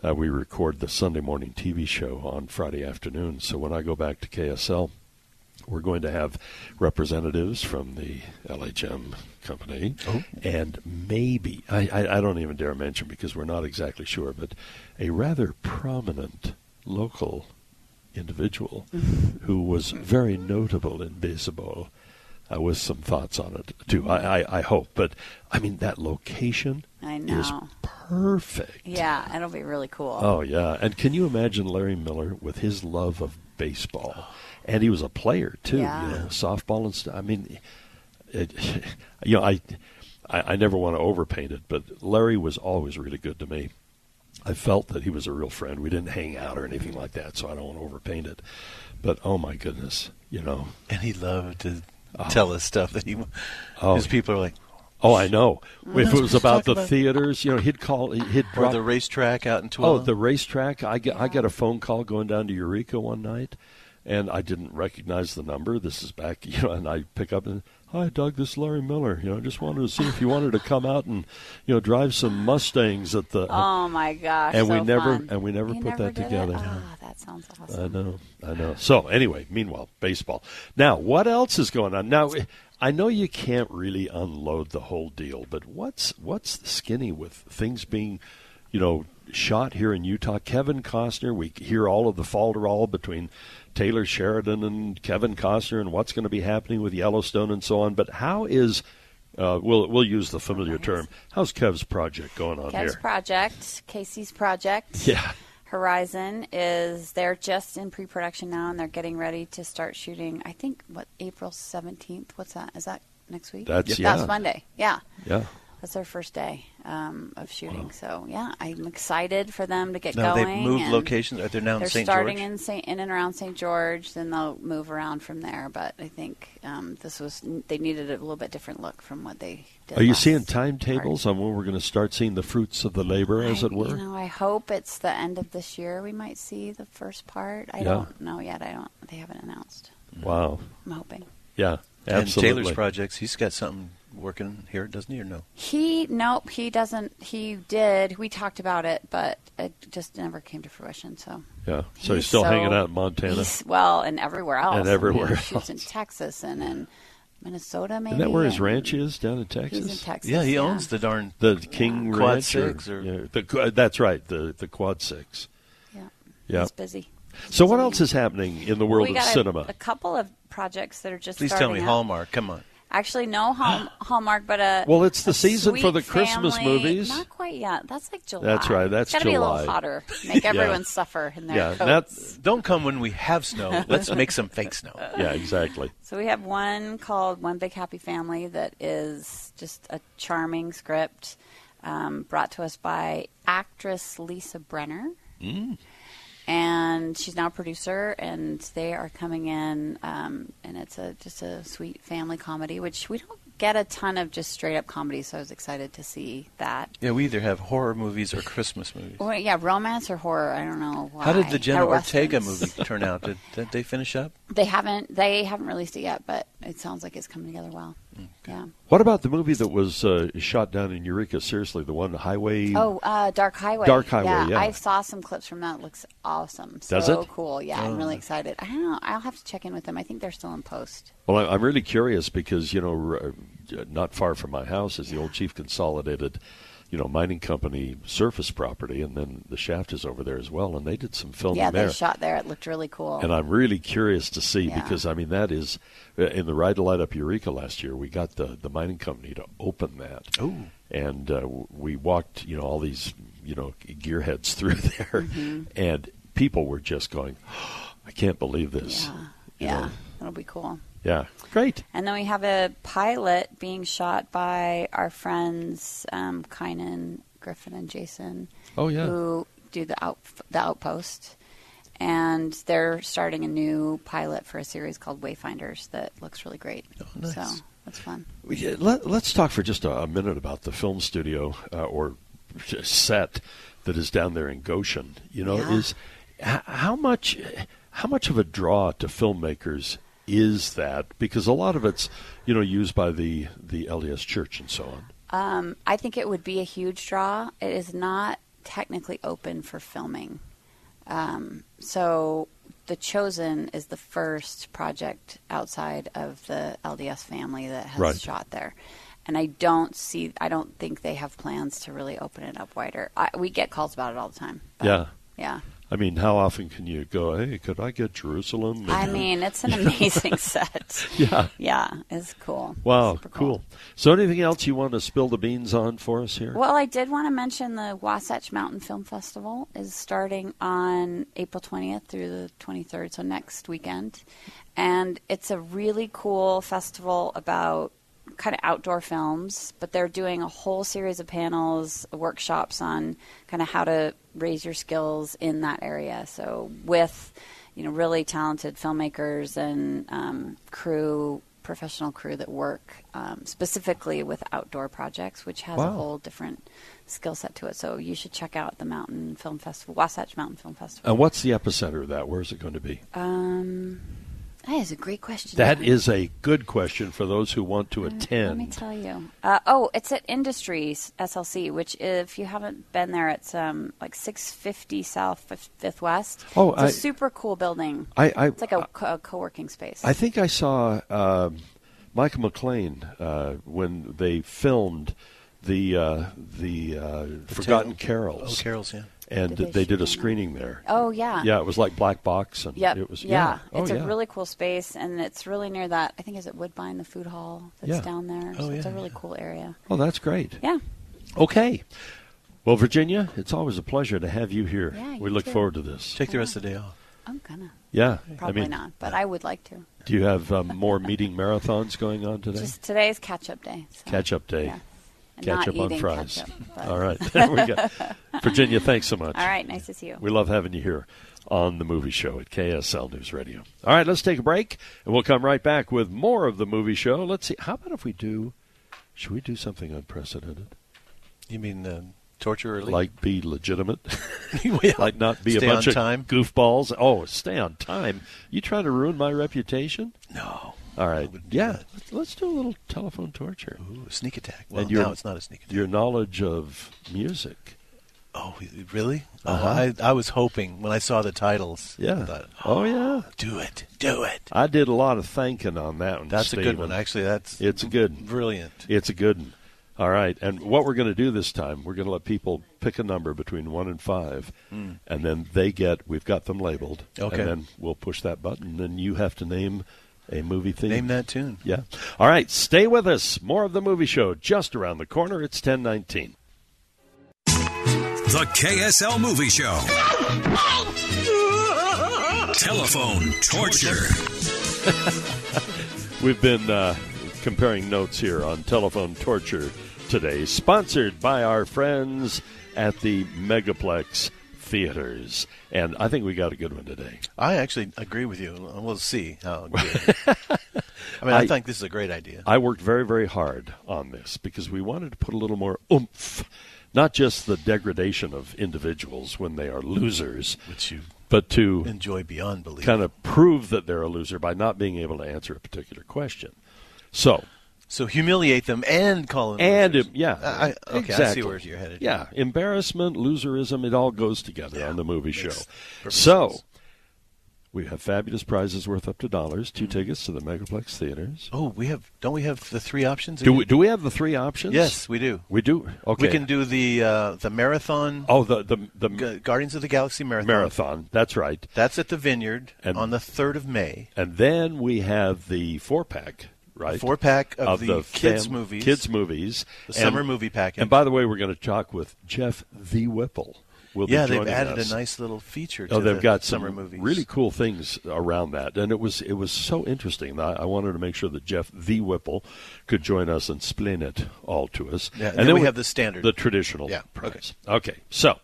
A: Uh, we record the Sunday morning TV show on Friday afternoon. So when I go back to KSL, we're going to have representatives from the LHM company,
B: Oh.
A: and maybe I, I, I don't even dare mention because we're not exactly sure, but a rather prominent local individual
H: Mm-hmm.
A: who was very notable in baseball uh, with some thoughts on it too. I, I, I hope, but I mean that location
H: I
A: is
H: know.
A: perfect.
H: Yeah, it'll be really cool.
A: Oh yeah, and can you imagine Larry Miller with his love of baseball? And he was a player too,
H: Yeah.
A: you know, softball and stuff. I mean, it, you know, I, I I never want to overpaint it, but Larry was always really good to me. I felt that he was a real friend. We didn't hang out or anything like that, so I don't want to overpaint it. But oh my goodness, you know,
B: and he loved to tell us stuff that he.
A: Oh.
B: His people are like,
A: Oh, I know.
B: We're
A: If
B: not
A: it was
B: supposed to
A: about
B: talk
A: the
B: about-
A: theaters, you know, he'd call. He'd
B: or
A: drop
B: the racetrack out in
A: Oh,
B: Twila.
A: the racetrack. I get, I got a phone call going down to Eureka one night, and I didn't recognize the number. This is back, you know, and I pick up and hi, Doug. This is Larry Miller. You know, I just wanted to see if you wanted to come out and you know drive some Mustangs at the.
H: Oh my gosh!
A: and we
H: so
A: never
H: fun.
A: and we never
H: You
A: put that
H: did it?
A: together.
H: Ah, that sounds awesome.
A: I know, I know. So anyway, meanwhile, baseball. Now, what else is going on? Now, I know you can't really unload the whole deal, but what's what's the skinny with things being, you know, shot here in Utah? Kevin Costner. We hear all of the falderall between Taylor Sheridan and Kevin Costner, and what's going to be happening with Yellowstone and so on. But how is uh, we'll we'll use the familiar term. How's Kev's project going on
H: Kev's
A: here?
H: project, Casey's project.
A: Yeah.
H: Horizon is they're just in pre-production now, and they're getting ready to start shooting. I think what April seventeenth. What's that? Is that next week?
A: That's-
H: that's
A: yeah.
H: Monday. Yeah.
A: yeah.
J: That's our first day um, of shooting. So yeah, I'm excited for them to get
B: Now
J: going.
B: they've moved
J: and
B: locations? Are they now in
J: they're
B: St.
J: starting
B: George?
J: in Saint in and around St. George. Then they'll move around from there. But I think um, this was they needed a little bit different look from what they did.
A: Are you
J: last
A: seeing
J: part.
A: timetables on when we're going to start seeing the fruits of the labor, as it were?
J: You know, I hope it's the end of this year. We might see the first part. I
A: Yeah.
J: don't know yet. I don't. They haven't announced.
A: Wow.
J: I'm hoping.
A: Yeah,
B: And
A: absolutely.
B: Taylor's projects. He's got something working here, doesn't he? Or no?
J: He nope. He doesn't. He did. We talked about it, but it just never came to fruition. So
A: Yeah. So he's
J: He's
A: still
J: so-
A: hanging out in Montana.
J: he's well, and everywhere else.
A: And
J: I mean,
A: everywhere
J: he shoots
A: else.
J: in Texas and in Minnesota. Maybe
A: Isn't that where his
J: and-
A: ranch is down in Texas?
J: in Texas, Yeah, he yeah. owns
B: the darn
A: the King
B: Quad
A: Ranch
B: Six or-
A: yeah, the qu- that's right the the Quad Six.
J: Yeah.
A: Yeah.
J: He's busy.
A: So what else is happening in the world
J: we
A: of
J: got a-
A: cinema?
J: A, couple of projects that are just.
A: Please tell
J: starting
A: me
J: up.
B: Hallmark. Come on.
J: Actually, no Hall- Hallmark, but uh, a.
A: Well, it's the
J: a
A: season for the
J: sweet
A: Christmas
J: family-
A: movies.
J: Not quite yet. That's like July.
A: That's right. That's
J: It's gotta be a little
A: July.
J: hotter. Make
A: Yeah.
J: everyone suffer in their coats.
B: don't come when we have snow. Let's make some fake snow.
A: Yeah, exactly.
J: So we have one called One Big Happy Family that is just a charming script um, brought to us by actress Lisa Brenner.
A: Mm.
J: And she's now a producer, and they are coming in, um, and it's a just a sweet family comedy, which we don't get a ton of just straight up comedy. So I was excited to see that.
B: Yeah, we either have horror movies or Christmas movies.
J: Well, yeah, romance or horror, I don't know. Why.
B: How did the Jenna
J: Or
B: Ortega
J: westerns.
B: movie turn out? Did, did they finish up?
J: They haven't they haven't released it yet, but it sounds like it's coming together well. Yeah.
A: What about the movie that was uh, shot down in Eureka? Seriously, the one Highway.
J: Oh, uh, Dark Highway.
A: Dark Highway, yeah.
J: I saw some clips from that. It looks awesome. So
A: Does it?
J: cool. Yeah,
A: Oh.
J: I'm
H: Mm.
J: really excited. I don't know. I'll have to check in with them. I think they're still in post.
A: Well, I- I'm really curious because you know, r- uh, not far from my house is the old Chief Consolidated, you know, mining company surface property, and then the shaft is over there as well, and they did some filming
J: yeah,
A: there.
J: they shot there. It looked really cool.
A: And I'm really curious to see
J: Yeah.
A: because I mean that is uh, in the ride to light up Eureka last year. We got the the mining company to open that.
B: Ooh.
A: And uh, w- we walked, you know, all these you know gearheads through there,
J: Mm-hmm.
A: and people were just going, "I can't believe this."
J: yeah, it'll be cool.
A: Yeah. Great.
J: And then we have a pilot being shot by our friends um, Kynan, Griffin, and Jason.
A: Oh, yeah.
J: who do the out the outpost, and they're starting a new pilot for a series called Wayfinders that looks really great.
A: nice.
J: So that's fun.
A: We- yeah, Let, let's talk for just a, a minute about the film studio uh, or set that is down there in Goshen. You know,
J: Yeah.
A: is h- how much how much of a draw to filmmakers is that? Because a lot of it's you know used by the the LDS Church and so on.
J: Um, I think it would be a huge draw. It is not technically open for filming. Um, so The Chosen is the first project outside of the LDS family that has
K: Right.
J: shot there. And I don't see, I don't think they have plans to really open it up wider. I, we get calls about it all the time.
A: yeah,
J: Yeah.
A: I mean, how often can you go? Hey, could I get Jerusalem? And-
J: I mean, it's an amazing set.
A: Yeah.
J: Yeah, it's cool.
A: Wow, cool. So, anything else you want to spill the beans on for us here?
J: Well, I did want to mention the Wasatch Mountain Film Festival is starting on April 20th through the 23rd, so next weekend. And it's a really cool festival about kind of outdoor films, but they're doing a whole series of panels, workshops on kind of how to raise your skills in that area. So, with you know, really talented filmmakers and um, crew, professional crew that work um, specifically with outdoor projects, which has a
K: Wow.
J: whole different skill set to it. So you should check out the Mountain Film Festival, Wasatch Mountain Film Festival.
A: And what's the epicenter of that? Where's it going to be?
J: Um, that is a great question.
A: That
J: John.
A: is a good question for those who want to
J: Let me
A: attend.
J: tell you. Uh, oh, it's at Industries SLC, which if you haven't been there, it's um, like 650 South Fif- Fifth West.
A: Oh,
J: it's a
A: I-
J: super cool building.
A: I- I-
J: it's like a, co- a co-working space.
A: I think I saw um Michael McLean uh, when they filmed the uh, the, uh, Forgotten Carols.
B: Oh, carols, yeah.
A: And
J: Did they
A: they did a screening there.
J: Oh, yeah.
A: Yeah, it was like Black Box, and
J: Yep.
A: it was
J: yeah.
A: Oh,
J: it's
A: yeah.
J: a really cool space, and it's really near that. I think is it Woodbine, the food hall that's
A: Yeah.
J: down there.
A: Oh,
J: so it's
A: yeah,
J: a really cool area.
A: oh, that's great.
J: Yeah.
A: Okay. Well, Virginia, it's always a pleasure to have you here.
J: Yeah,
A: we
J: you
A: look
J: too.
A: forward to this.
B: Take the rest of the day off.
J: I'm gonna.
A: Yeah,
J: Probably
A: I mean,
J: not, but I would like to.
A: Do you have um, more meeting marathons going on today?
J: Just today's catch-up day. so-
A: Catch up day.
J: Yeah.
H: and not
A: Ketchup on
H: eating
A: fries.
H: ketchup, but-
A: All right. There we go. Virginia, thanks so much.
H: All right, nice to see you.
A: We love having you here on the movie show at KSL News Radio. All right, let's take a break and we'll come right back with more of the movie show. Let's see. How about if we do, should we do something unprecedented?
B: You mean uh, torture or leak?
A: Like be legitimate? like not be
B: Stay
A: a
B: on
A: bunch
B: time?
A: of goofballs? Oh, stay on time. You trying to ruin my reputation?
B: No.
A: All right. Yeah. Let's- Let's do a little telephone torture.
B: Ooh, sneak attack. Well,
A: and your,
B: now it's not a sneak attack.
A: Your knowledge of music.
B: Oh, really? Oh,
A: Uh-huh.
B: I, I was hoping when I saw the titles.
A: Yeah.
B: I thought,
A: oh, yeah.
B: Do it. Do it.
A: I did a lot of thinking on that one.
B: That's a good
A: Stephen.
B: one. Actually, that's
A: It's a good one.
B: brilliant.
A: It's a good one. All right. And what we're going to do this time, we're going to let people pick a number between one and five,
B: Mm.
A: and then they get. We've got them labeled.
B: Okay.
A: And then we'll push that button, and then you have to name a movie theme.
B: Name that tune.
A: Yeah. All right. Stay with us. More of the movie show just around the corner. It's ten nineteen.
C: The KSL Movie Show. Telephone torture.
A: We've been uh, comparing notes here on telephone torture today, sponsored by our friends at the Megaplex Theaters. And I think we got a good one today.
B: I actually agree with you. We'll see how. Good. I mean, I,
A: I-
B: think this is a great idea.
A: I worked very, very hard on this because we wanted to put a little more oomph, not just the degradation of individuals when they are losers,
B: Which you
A: but to
B: enjoy beyond belief.
A: kind of prove that they're a loser by not being able to answer a particular question. So,
B: So humiliate them and call them.
A: and
B: losers.
A: em- yeah,
B: I, I- okay, I see
A: exactly.
B: where you're headed.
A: Yeah, embarrassment, loserism, it all goes together on the movie show. So we have fabulous prizes worth up to dollars, 2
B: Mm-hmm.
A: tickets to the Megaplex theaters.
B: Oh, we have. Don't we have the three options?
A: Do we, do we have the three options?
B: Yes, we do.
A: We do. Okay.
B: We can do the uh, the marathon.
A: Oh, the the, the
B: Gu- Guardians of the Galaxy marathon.
A: marathon. That's right.
B: That's at the Vineyard
A: And-
B: on the third of May.
A: And then we have the four pack, right?
B: Four pack of, the, kids
A: fam-
B: movies.
A: Kids movies.
B: The summer movie package.
A: And by the way, we're going to talk with Jeff the Whipple. Will be
B: yeah, they've
A: joining
B: added
A: us.
B: a nice little feature. To
A: Oh, they've
B: the
A: got
B: summer
A: some
B: movies.
A: really cool things around that, and it was it was so interesting. I, I wanted to make sure that Jeff the Whipple could join us and explain it all to us.
B: Yeah, and then we have the standard.
A: the traditional.
B: Yeah,
A: prize. Okay. So,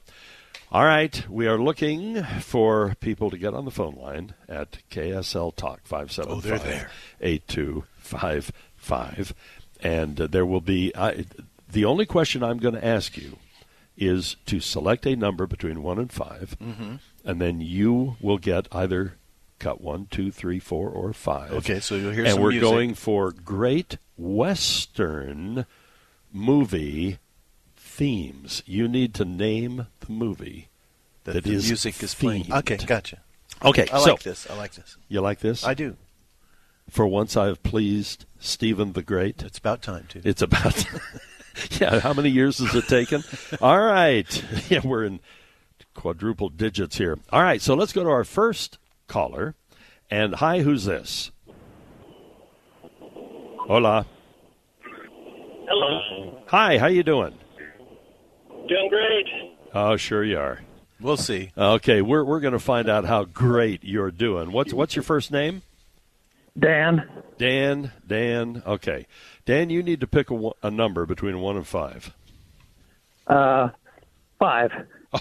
A: all right, we are looking for people to get on the phone line at KSL Talk five seven
B: Oh, they're there.
A: five eight two five five, and uh, there will be. I, the only question I'm going to ask you is to select a number between one and 5
B: Mhm.
A: and then you will get either cut one, two, three, four, or five.
B: Okay, so you'll hear
A: and
B: some
A: we're
B: music.
A: going for Great Western movie themes. You need to name the movie
B: That
A: that
B: the
A: is
B: music is playing.
A: themed.
B: Okay, gotcha.
A: Okay,
B: I
A: so
B: like this. I like this.
A: you like this?
B: I do.
A: For once, I have pleased Stephen the Great.
B: It's about time too.
A: It's about yeah. How many years has it taken? All right, yeah, we're in quadruple digits here. All right, so let's go to our first caller. And hi, who's this? Hola.
I: Hello.
A: Hi, how you doing?
I: Doing great.
A: Oh, sure you are.
B: We'll see.
A: Uh, Okay, we're we're going to find out how great you're doing. What's what's your first name?
I: Dan.
A: Dan. Dan. Okay, Dan, you need to pick a, one- a number between one and five.
I: Uh, five.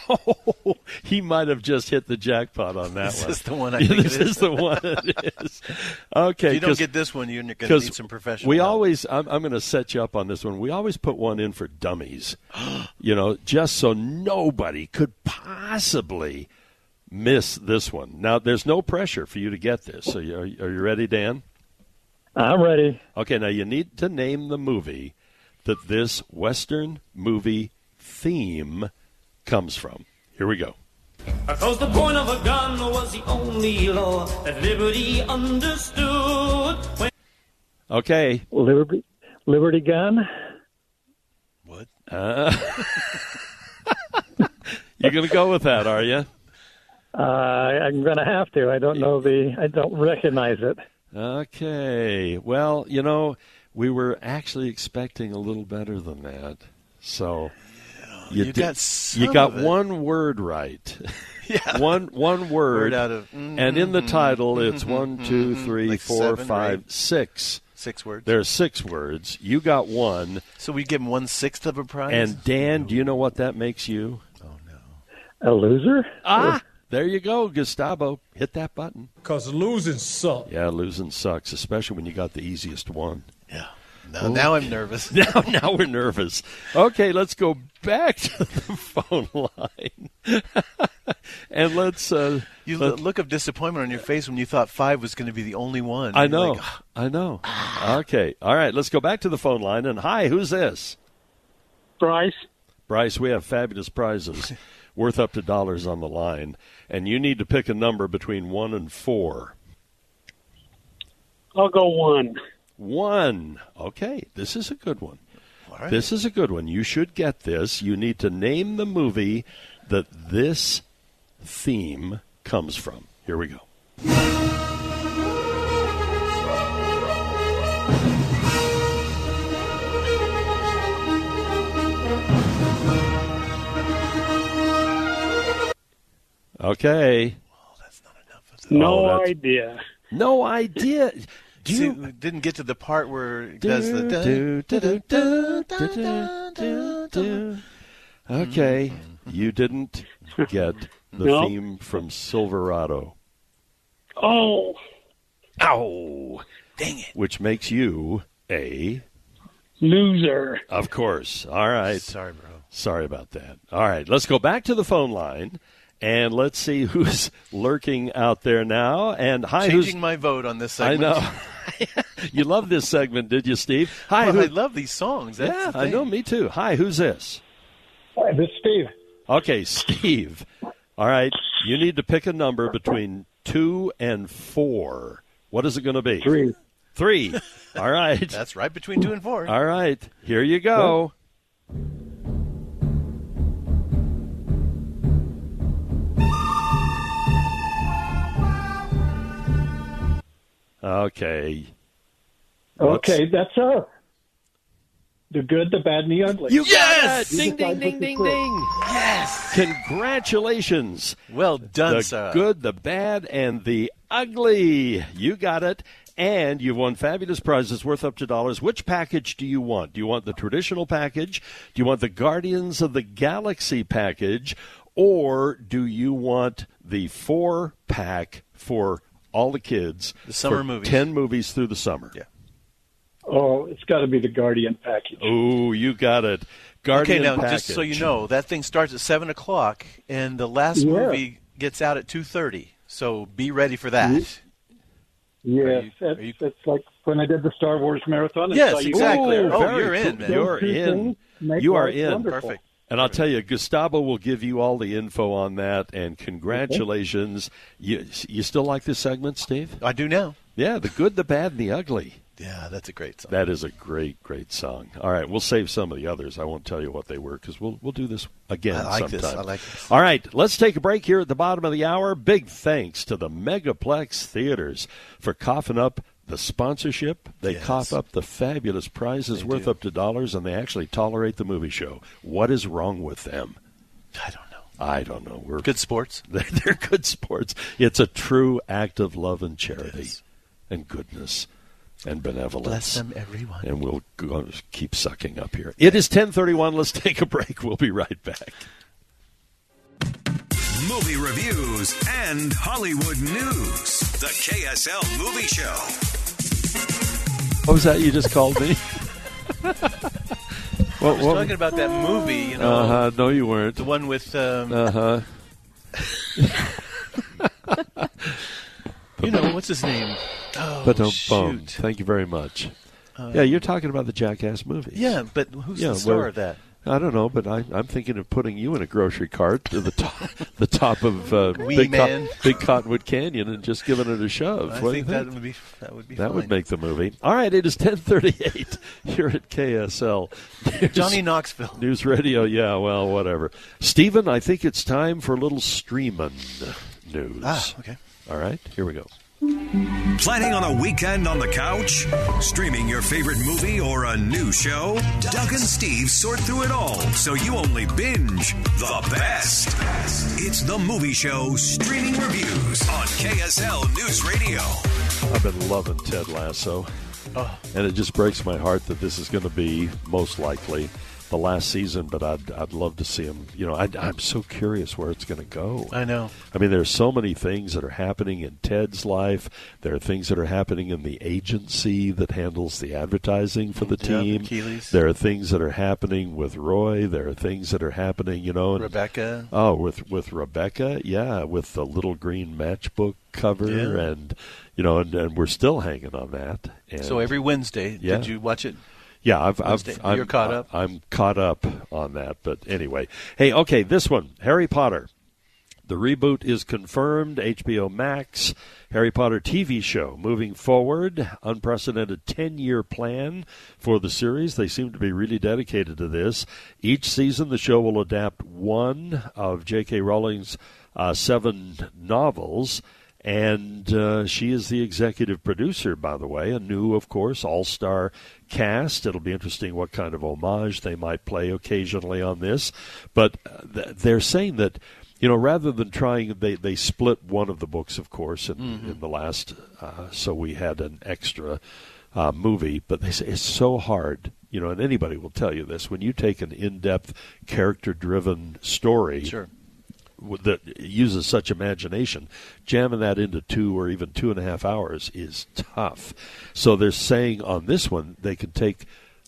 A: Oh, he might have just hit the jackpot on that
B: This
A: one.
B: is the one I
A: Yeah,
B: think it
A: this
B: is.
A: is the one. It is. Okay,
B: If you don't
A: 'cause-
B: get this one, you're gonna need
A: 'cause
B: some professional
A: We
B: help.
A: always, I'm, I'm going to set you up on this one. We always put one in for dummies, you know, just so nobody could possibly miss this one. Now, there's no pressure for you to get this. So, you, are, you- are you ready, Dan?
I: I'm ready.
A: Okay, now you need to name the movie that this Western movie theme comes from. Here we go.
L: Because the point of a gun was the only law that liberty understood. When
A: Okay.
I: Liberty, Liberty Gun.
A: Uh, you're going to go with that, are you?
I: Uh, I'm going to have to. I don't know the. I don't recognize it.
A: Okay. Well, you know, we were actually expecting a little better than that. So
B: you got some
A: you got
B: of it.
A: one word right. Yeah. one one word,
B: Word out of-
A: and in the title it's
B: mhm,
A: one, two,
B: mhm,
A: three,
B: like
A: four,
B: seven or
A: five,
B: eight.
A: six
B: Six words.
A: There are six words. You got one.
B: So we give him one sixth of a prize.
A: And Dan, do you know what that makes you?
I: A loser?
A: Ah, there you go, Gustavo. Hit that button.
M: Because losing sucks.
A: Yeah, losing sucks, especially when you got the easiest one.
B: Yeah.
A: Oh,
B: Now, now I'm nervous.
A: now, now we're nervous. Okay, let's go back to the phone line, and let's. Uh,
B: You
A: let-
B: l- look of disappointment on your face when you thought five was going to be the only one.
A: I
B: You're
A: know.
B: like, "Ah."
A: I know. okay. All right. Let's go back to the phone line. And hi, who's this?
I: Bryce.
A: Bryce, we have fabulous prizes worth up to dollars on the line. And you need to pick a number between one and four.
I: I'll go one.
A: One. Okay. This is a good one.
B: right.
A: This is a good one. You should get this. You need to name the movie that this theme comes from. Here we go. Okay.
I: No
A: Oh, that's-
I: idea.
A: No idea. Do
B: See,
A: you
B: we didn't get to the part where it does the dun,
A: do, do, do,
B: dun, dun, dun, dun, dun. Mm-hmm.
A: Okay, you didn't get the
I: No.
A: theme from Silverado,
I: Oh,
A: Ow! Dang it! which makes you a
I: loser.
A: Of course. All right.
B: Sorry, bro.
A: Sorry about that. All right, let's go back to the phone line and let's see who's lurking out there now. And hi, who's
B: Changing my vote on this segment.
A: I know. you love this segment, did you, Steve? Hi,
B: Well,
A: who-
B: I love these songs. That's
A: yeah,
B: the
A: I know.
B: thing.
A: Me too. Hi, who's this?
N: Hi, this is Steve.
A: Okay, Steve. All right, you need to pick a number between two and four. What is it going to be?
N: Three.
A: Three. All right.
B: That's right between two and four.
A: All right. Here you go. Okay.
N: Okay, that's uh the good, the bad, and the ugly.
A: You got
N: Yes!
A: it! Ding, ding, ding, ding, ding. Yes. Congratulations.
B: Well done,
A: the
B: sir.
A: good, the bad, and the ugly. You got it. And you've won fabulous prizes worth up to dollars. Which package do you want? Do you want the traditional package? Do you want the Guardians of the Galaxy package? Or do you want the four pack for all the kids? The
B: summer
N: movies.
A: 10 movies through the summer. Yeah.
N: Oh, it's got to be the Guardian package.
A: Oh, you got it. Guardian
B: okay, now
A: package.
B: just so you know, that thing starts at seven o'clock, and the last
N: Yeah.
B: movie gets out at two thirty. So be ready for that.
N: Yes, that's, that's like when I did the Star Wars marathon. and
B: Yes,
N: saw you-
B: exactly.
A: Ooh,
B: Oh,
A: very
B: you're in,
A: cool.
B: man.
A: You're
B: Those two
A: in.
B: things make
A: You are
B: life
A: in.
B: wonderful. Perfect.
A: And I'll tell you, Gustavo will give you all the info on that. And congratulations. You you still like this segment, Steve?
B: I do now.
A: Yeah, the good, the bad, and the ugly.
B: Yeah, that's a great song.
A: That is a great, great song. All right, we'll save some of the others. I won't tell you what they were because we'll we'll do this again
B: I like this.
A: sometime.
B: I like this.
A: All right, let's take a break here at the bottom of the hour. Big thanks to the Megaplex Theaters for coughing up the sponsorship. They cough up the fabulous prizes worth up to dollars, and they actually tolerate the movie show. What is wrong with them? I don't know. I don't know. We're
B: good sports.
A: They're, they're good sports. It's a true act of love and charity, and goodness, and benevolence.
B: Bless them, everyone.
A: And we'll go, keep sucking up here. It is ten thirty-one. Let's take a break. We'll be right back.
C: Movie reviews and Hollywood news. The KSL Movie Show.
A: What was that you just called me?
B: I was talking about that movie, you know.
A: Uh huh. No, you weren't.
B: The one with, um,
A: uh huh.
B: You know what's his name? Oh,
A: but don't bum.
B: shoot.
A: Thank you very much.
B: Uh,
A: yeah, you're talking about the Jackass movie.
B: Yeah, but who's
A: Yeah,
B: the star
A: well,
B: of that?
A: I don't know, but I, I'm thinking of putting you in a grocery cart to the top, the top of uh,
B: Wee
A: Big,
B: Man.
A: Big Cottonwood Canyon and just giving it a shove.
B: I
A: What do you
B: think that would be that would be
A: That would
B: fine.
A: make the movie. All right, it is 1038 here at KSL. News-
B: Johnny Knoxville.
A: News Radio, yeah, well, whatever. Stephen, I think it's time for a little streaming news.
C: Ah, okay.
A: All right, here we go.
C: Planning on a weekend on the couch? Streaming your favorite movie or a new show? Doug and Steve sort through it all so you only binge the best. It's the Movie Show streaming reviews on KSL News Radio.
A: I've been loving Ted Lasso.
B: Oh.
A: And it just breaks my heart that this is going to be most likely the last season. But I'd I'd love to see him. You know, I, I'm so curious where it's going to go.
B: I know.
A: I mean, there's so many things that are happening in Ted's life. There are things that are happening in the agency that handles the advertising for the
B: Yeah,
A: team.
B: Keeley's.
A: There are things that are happening with Roy. There are things that are happening, you know, and-
B: Rebecca.
A: Oh, with with Rebecca, yeah, with the little green matchbook cover,
B: Yeah.
A: and you know, and, and we're still hanging on that. And
B: So every Wednesday,
A: Yeah.
B: did you watch it?
A: yeah, I've,
B: Wednesday.
A: I've I'm,
B: You're caught up?
A: I'm caught up on that. But anyway, hey, okay, this one, Harry Potter. The reboot is confirmed. HBO Max, Harry Potter TV show moving forward. Unprecedented 10 year plan for the series. They seem to be really dedicated to this. Each season, the show will adapt one of J.K. Rowling's uh, seven novels. And uh, she is the executive producer, by the way, a new, of course, all star cast. It'll be interesting what kind of homage they might play occasionally on this. But uh, th- they're saying that, you know, rather than trying, they, they split one of the books, of course, in, in the last, uh, so we had an extra uh, movie. But they say it's so hard, you know, and anybody will tell you this. When you take an in depth, character driven story,
B: Sure.
A: w- that uses such imagination, jamming that into two or even two and a half hours is tough. So they're saying on this one they can take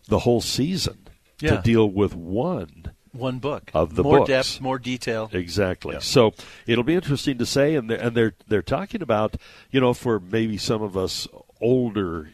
A: the whole season
B: Yeah.
A: to deal with one
B: One book
A: of the
B: more
A: books.
B: depth, more detail.
A: Exactly. So it'll be interesting to say, and they're, and they're they're talking about you know for maybe some of us older.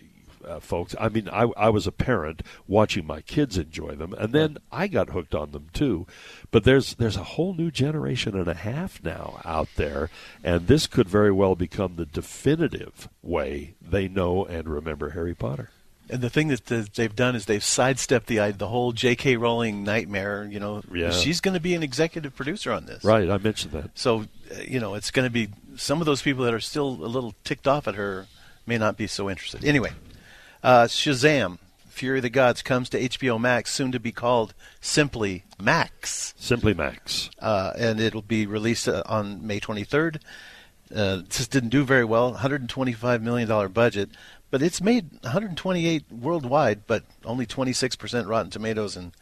A: Uh, folks, I mean, I, I was a parent watching my kids enjoy them, and then I got hooked on them too. But there's there's a whole new generation and a half now out there, and this could very well become the definitive way they know and remember Harry Potter.
B: And the thing that th- they've done is they've sidestepped the the whole J.K. Rowling nightmare. You know,
A: Yeah.
B: she's going to be an executive producer on this.
A: Right, I mentioned that.
B: So, uh, you know, it's going to be some of those people that are still a little ticked off at her may not be so interested. Anyway, uh, Shazam, Fury of the Gods comes to HBO Max, soon to be called simply Max.
A: Simply Max.
B: Uh, and it'll be released uh, on May 23rd. Uh, this didn't do very well, $125 million budget, but it's made 128 worldwide, but only 26% Rotten Tomatoes and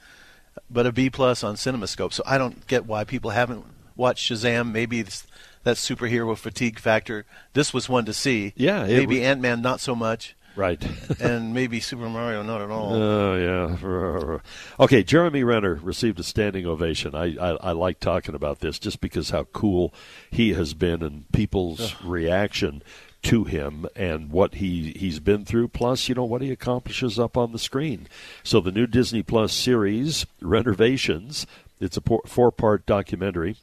B: but a B plus on CinemaScope. So I don't get why people haven't watched Shazam. Maybe it's that superhero fatigue factor. This was one to see.
A: Yeah, it
B: maybe
A: was-
B: Ant Man not so much,
A: Right.
B: and maybe Super Mario not at all.
A: Oh yeah. Okay, Jeremy Renner received a standing ovation. I, I I like talking about this just because how cool he has been and people's reaction to him and what he he's been through. Plus, you know what he accomplishes up on the screen. So the new Disney Plus series Renovations. It's a four part documentary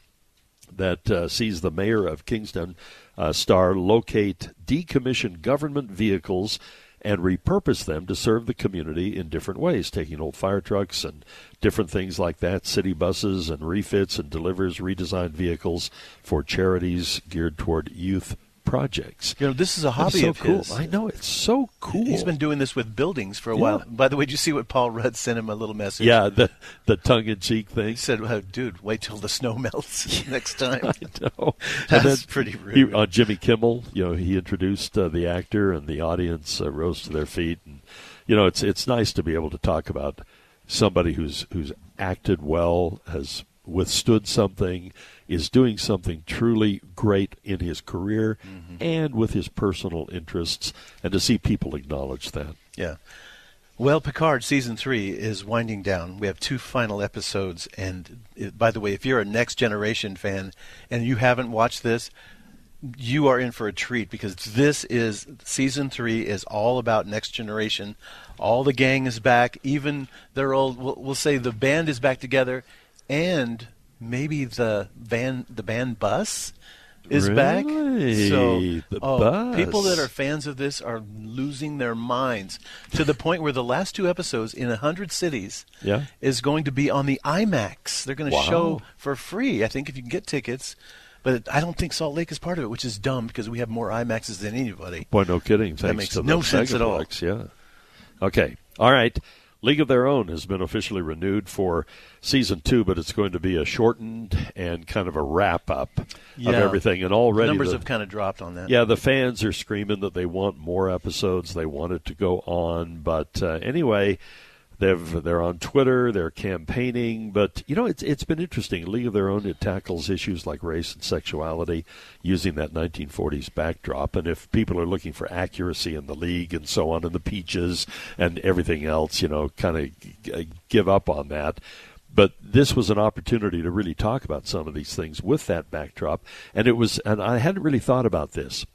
A: that uh, sees the mayor of Kingston uh, Star locate decommissioned government vehicles and repurpose them to serve the community in different ways, taking old fire trucks and different things like that, city buses and refits, and delivers redesigned vehicles for charities geared toward youth projects.
B: You know, this is a
A: That
B: hobby
A: so
B: of
A: cool.
B: his.
A: I know it's so cool.
B: He's been doing this with buildings for a
A: Yeah.
B: while. By the way, did you see what Paul Rudd sent him a little message?
A: yeah, the the tongue in cheek
B: He
A: thing.
B: said, oh, "Dude, wait till the snow melts next time."
A: I know. And
B: That's pretty rude.
A: He, uh, Jimmy Kimmel, you know, he introduced uh, the actor, and the audience uh, rose to their feet. And you know, it's it's nice to be able to talk about somebody who's who's acted well, has withstood something, is doing something truly great in his career
B: Mm-hmm.
A: and with his personal interests, and to see people acknowledge that.
B: Yeah. Well, Picard season three is winding down. We have two final episodes, and uh, by the way, if you're a Next Generation fan and you haven't watched this, you are in for a treat because this is season three is all about Next Generation. All the gang is back, even their old. We'll, we'll say the band is back together, and maybe the band the band bus is back.
A: Really?
B: So
A: The
B: oh,
A: bus.
B: people that are fans of this are losing their minds to the point where the last two episodes in 100 cities
A: Yeah.
B: is going to be on the IMAX. They're going to
A: Wow.
B: show for free, I think, if you can get tickets. But I don't think Salt Lake is part of it, which is dumb because we have more IMAXs than anybody.
A: Boy, no kidding. Thanks
B: makes
A: to
B: no
A: the
B: sense at all.
A: Megaplex, Yeah. Okay. All right. League of Their Own has been officially renewed for season two, but it's going to be a shortened and kind of a wrap up
B: Yeah.
A: of everything. And already
B: numbers
A: the-
B: have kind of dropped on that.
A: yeah, the fans are screaming that they want more episodes. They want it to go on, but uh, anyway, they've they're on Twitter. They're campaigning, but you know it's it's been interesting. League of Their Own it tackles issues like race and sexuality using that 1940s backdrop, and if people are looking for accuracy in the league and so on, and the peaches and everything else, you know, kind of give up on that. But this was an opportunity to really talk about some of these things with that backdrop, and it was. And I hadn't really thought about this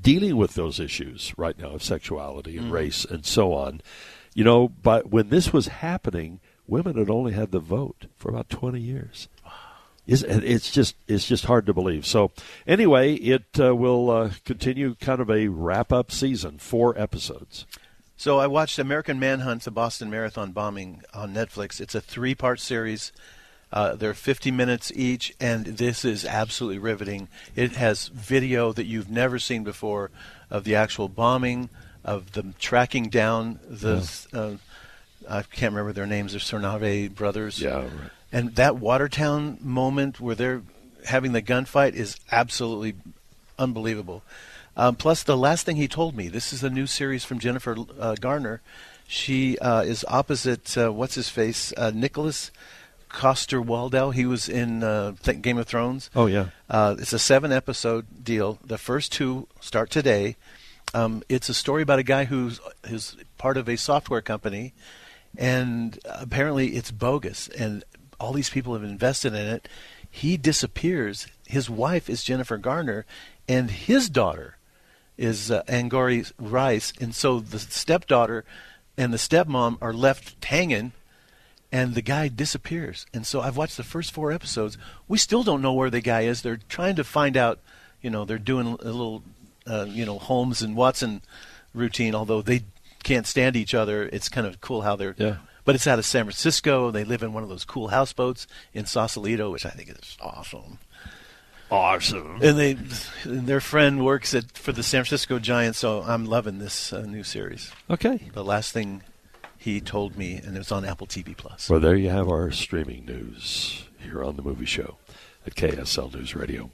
A: dealing with those issues right now of sexuality and race and so on. You know, but when this was happening, women had only had the vote for about 20 years. It's, it's just it's just hard to believe. So anyway, it uh, will uh, continue kind of a wrap up season, four episodes.
B: So I watched American Manhunt: The Boston Marathon Bombing on Netflix. It's a three-part series. Uh, they're 50 minutes each, and this is absolutely riveting. It has video that you've never seen before of the actual bombing, of them tracking down the. Uh, I can't remember their names. They're Cernave brothers.
A: Yeah, right.
B: And that Watertown moment where they're having the gunfight is absolutely unbelievable. Um, plus, the last thing he told me this is a new series from Jennifer uh, Garner. She uh, is opposite, uh, what's his face? Uh, Nicholas Coster Waldau. He was in uh, th- Game of Thrones.
A: Oh, yeah.
B: Uh, it's a seven episode deal. The first two start today. Um, it's a story about a guy who's who's part of a software company, and apparently it's bogus, and all these people have invested in it. He disappears. His wife is Jennifer Garner, and his daughter is uh, Angori Rice, and so the stepdaughter and the stepmom are left hanging and the guy disappears. And so I've watched the first four episodes. We still don't know where the guy is. They're trying to find out. You know, they're doing a little, uh, you know, Holmes and Watson routine. Although they can't stand each other, it's kind of cool how they're.
A: Yeah.
B: But it's out of San Francisco. They live in one of those cool houseboats in Sausalito, which I think is awesome.
A: Awesome.
B: And they, and their friend works at for the San Francisco Giants. So I'm loving this uh, new series.
A: Okay.
B: The last thing he told me, and it was on Apple TV Plus.
A: Well, there you have our streaming news here on the movie show at KSL News Radio.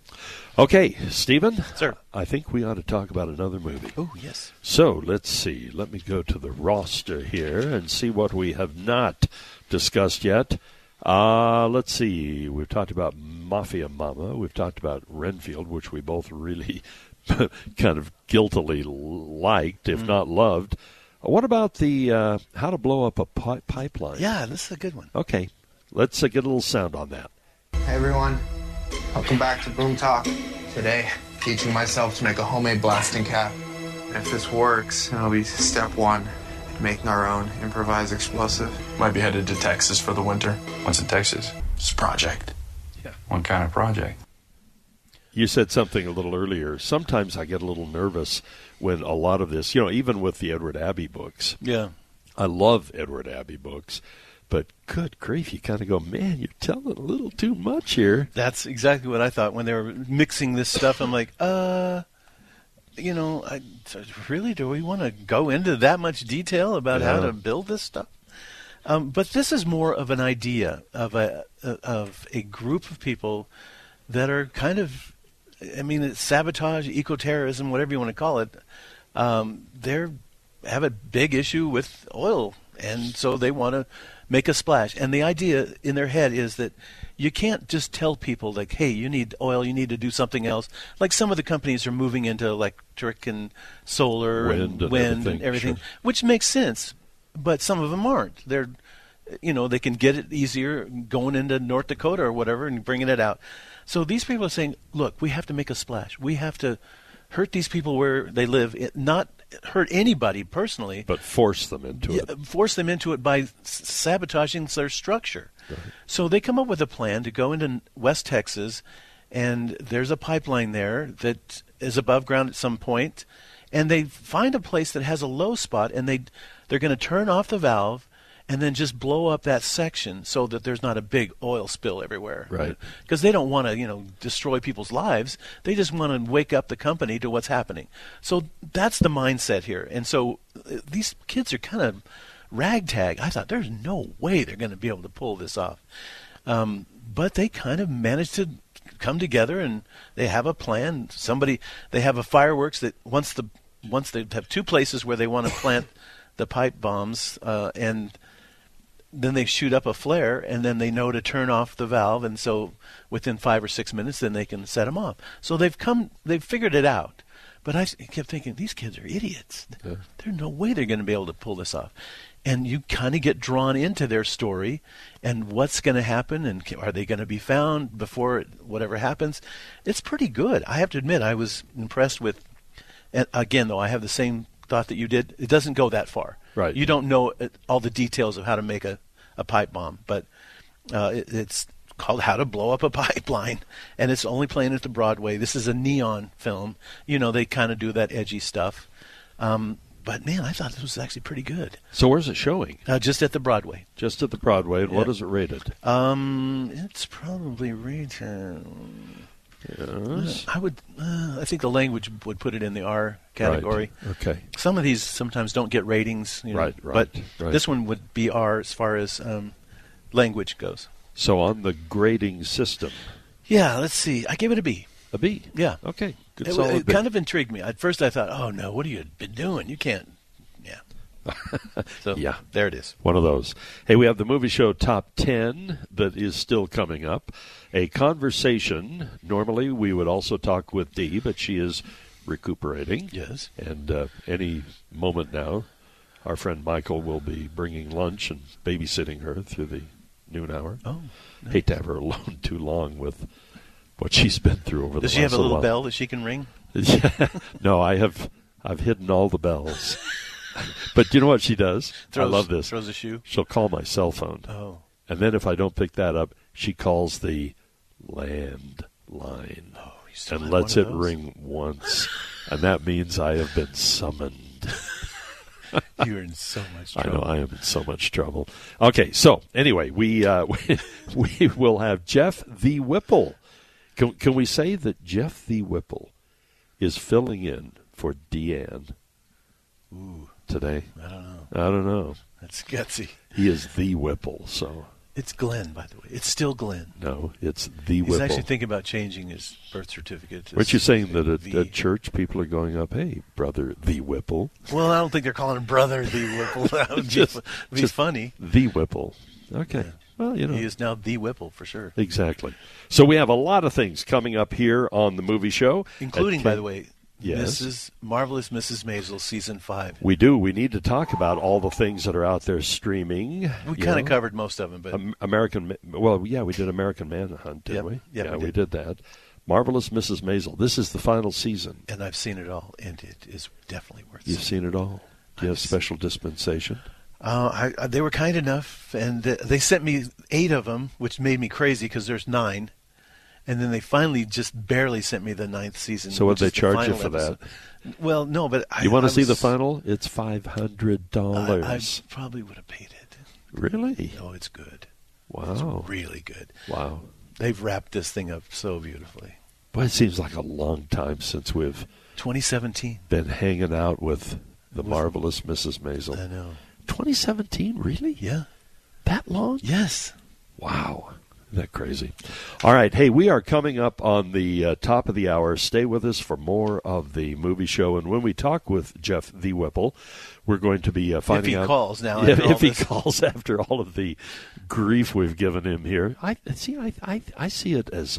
A: Okay, Stephen. Sir. I think we ought to talk about another movie.
B: Oh, yes.
A: So let's see. Let me go to the roster here and see what we have not discussed yet. Uh, let's see. We've talked about Mafia Mama. We've talked about Renfield, which we both really kind of guiltily liked,
B: Mm.
A: if not loved. What about the uh, How to Blow Up a pi- Pipeline?
B: Yeah, this is a good one.
A: Okay, let's uh, get a little sound on that.
O: Hey everyone, welcome back to Boom Talk. Today, teaching myself to make a homemade blasting cap. If this works, it'll be step one in making our own improvised explosive. Might be headed to Texas for the winter.
P: What's in Texas? It's a project. Yeah. What kind of project?
A: You said something a little earlier. Sometimes I get a little nervous when a lot of this, you know, even with the Edward Abbey books.
B: Yeah.
A: I love Edward Abbey books, but good grief, you kind of go, man, you're telling a little too much here.
B: That's exactly what I thought when they were mixing this stuff. I'm like, uh, you know, I, really, do we want to go into that much detail about how
A: Yeah.
B: to build this stuff? Um, but this is more of an idea of a of a group of people that are kind of, I mean, it's sabotage, eco terrorism, whatever you want to call it. Um, they're have a big issue with oil, and so they want to make a splash. And the idea in their head is that you can't just tell people like, "Hey, you need oil, you need to do something else." Like some of the companies are moving into electric and solar
A: Wind and
B: wind
A: everything,
B: and everything,
A: sure.
B: which makes sense. But some of them aren't. They're, you know, they can get it easier going into North Dakota or whatever and bringing it out. So these people are saying, "Look, we have to make a splash. We have to." Hurt these people where they live, it- not hurt anybody personally,
A: But force them into it.
B: yeah, force them into it by s- sabotaging their structure. So they come up with a plan to go into West Texas, and there's a pipeline there that is above ground at some point, and they find a place that has a low spot, and they they're going to turn off the valve. And then just blow up that section so that there's not a big oil spill everywhere.
A: Right.
B: Because they don't want to, you know, destroy people's lives. They just want to wake up the company to what's happening. So that's the mindset here. And so uh, these kids are kind of ragtag. I thought there's no way they're going to be able to pull this off, um, but they kind of managed to come together and they have a plan. Somebody they have a fireworks that once the once they have two places where they want to plant the pipe bombs uh, and then they shoot up a flare and then they know to turn off the valve and so within five or six minutes then they can set them off so they've come they've figured it out but i s- kept thinking these kids are idiots
A: Yeah.
B: there's no way they're going to be able to pull this off and you kind of get drawn into their story and what's going to happen and ca- are they going to be found before it- whatever happens it's pretty good i have to admit i was impressed with and again though i have the same thought that you did it doesn't go that far
A: Right.
B: you don't know uh, all the details of how to make a, a pipe bomb but uh, it, it's called how to blow up a pipeline and it's only playing at the broadway this is a neon film you know they kind of do that edgy stuff um, but man i thought this was actually pretty good
A: So where's it showing?
B: uh, just at the broadway
A: Just at the Broadway. and What
B: Yeah.
A: is it rated?
B: um, it's probably rated
A: Yes.
B: i would uh, i think the language would put it in the r category
A: Right. Okay.
B: some of these sometimes don't get ratings, you know,
A: Right, right,
B: but
A: right.
B: this one would be R as far as um, language goes.
A: So on the grading system,
B: Yeah, let's see. I gave it a B.
A: a B.
B: Yeah.
A: Okay. Good
B: it
A: solid
B: it
A: B.
B: kind of intrigued me. At first, I thought, "Oh no, what have you been doing? You can't." Yeah. so
A: yeah,
B: there it is.
A: One of those. Hey, we have the movie show top 10 that is still coming up. A conversation. Normally, we would also talk with Dee, but she is recuperating.
B: Yes.
A: And uh, any moment now, our friend Michael will be bringing lunch and babysitting her through the noon hour.
B: Oh, nice.
A: Hate to have her alone too long with what she's been through over the
B: Does she
A: last
B: have a little
A: while.
B: bell that she can ring?
A: Yeah. no, I have I've hidden all the bells. but you know what she does?
B: Throws-
A: I love this.
B: throws a shoe?
A: She'll call my cell phone.
B: Oh.
A: And then if I don't pick that up, she calls the land line
B: still
A: and
B: have
A: lets
B: Oh, one
A: it
B: of those?
A: ring once. and that means I have been summoned.
B: You're in so much
A: I know
B: trouble.
A: I am in so much trouble. Okay, so anyway, we uh, we, we will have Jeff the Whipple. Can can we say that Jeff the Whipple is filling in for Deanne
B: Ooh,
A: today?
B: I don't know.
A: I don't know.
B: That's gutsy.
A: He is the Whipple, so
B: It's Glenn, by the way. It's still Glenn.
A: no, it's the
B: He's
A: Whipple.
B: actually thinking about changing his birth certificate. to
A: Aren't you saying that at,
B: the-
A: at church people are going up, hey, brother, the Whipple?
B: Well, I don't think they're calling him brother the Whipple. That would be,
A: Just-
B: be
A: just
B: funny.
A: The Whipple. Okay. Well, you know.
B: He is now the Whipple for sure.
A: Exactly. So we have a lot of things coming up here on the movie show,
B: Including,
A: At-
B: by the way,
A: Yes.
B: Mrs. Marvelous Mrs. Maisel season five.
A: We do. We need to talk about all the things that are out there streaming.
B: We
A: you
B: kind
A: know.
B: of covered most of them, but
A: Am- American. Ma- Well, yeah, we did American Manhunt, didn't
B: Yep.
A: we?
B: Yep,
A: yeah,
B: we
A: we, did. that. Marvelous Mrs. Maisel. This is the final season.
B: and I've seen it all, and it is definitely worth.
A: You've
B: seeing.
A: seen it all. Do you have special dispensation?
B: Uh, I, I, they were kind enough, and uh, they sent me eight of them, which made me crazy because there's nine. And then they finally just barely sent me the ninth season.
A: So what
B: which
A: did they
B: is the
A: charge you
B: final
A: for that?
B: episode. Well, no, but I,
A: you want
B: I
A: to see the
B: was-
A: final? It's five hundred
B: I, I
A: dollars.
B: probably would have paid it.
A: Really?
B: Oh, it's good.
A: Wow.
B: It's really good.
A: Wow.
B: They've wrapped this thing up so beautifully.
A: Boy, it seems like a long time since we've
B: 2017.
A: been hanging out with the marvelous Mrs. Maisel.
B: I know.
A: 2017, really?
B: Yeah.
A: That long?
B: Yes.
A: Wow. Isn't that crazy? All right. Hey, we are coming up on the uh, top of the hour. Stay with us for more of the movie show. And when we talk with Jeff the Whipple, we're going to be uh, finding
B: he
A: out
B: calls now
A: If,
B: after all
A: if he
B: this.
A: calls after all of the grief we've given him here, I see. I I, I see it as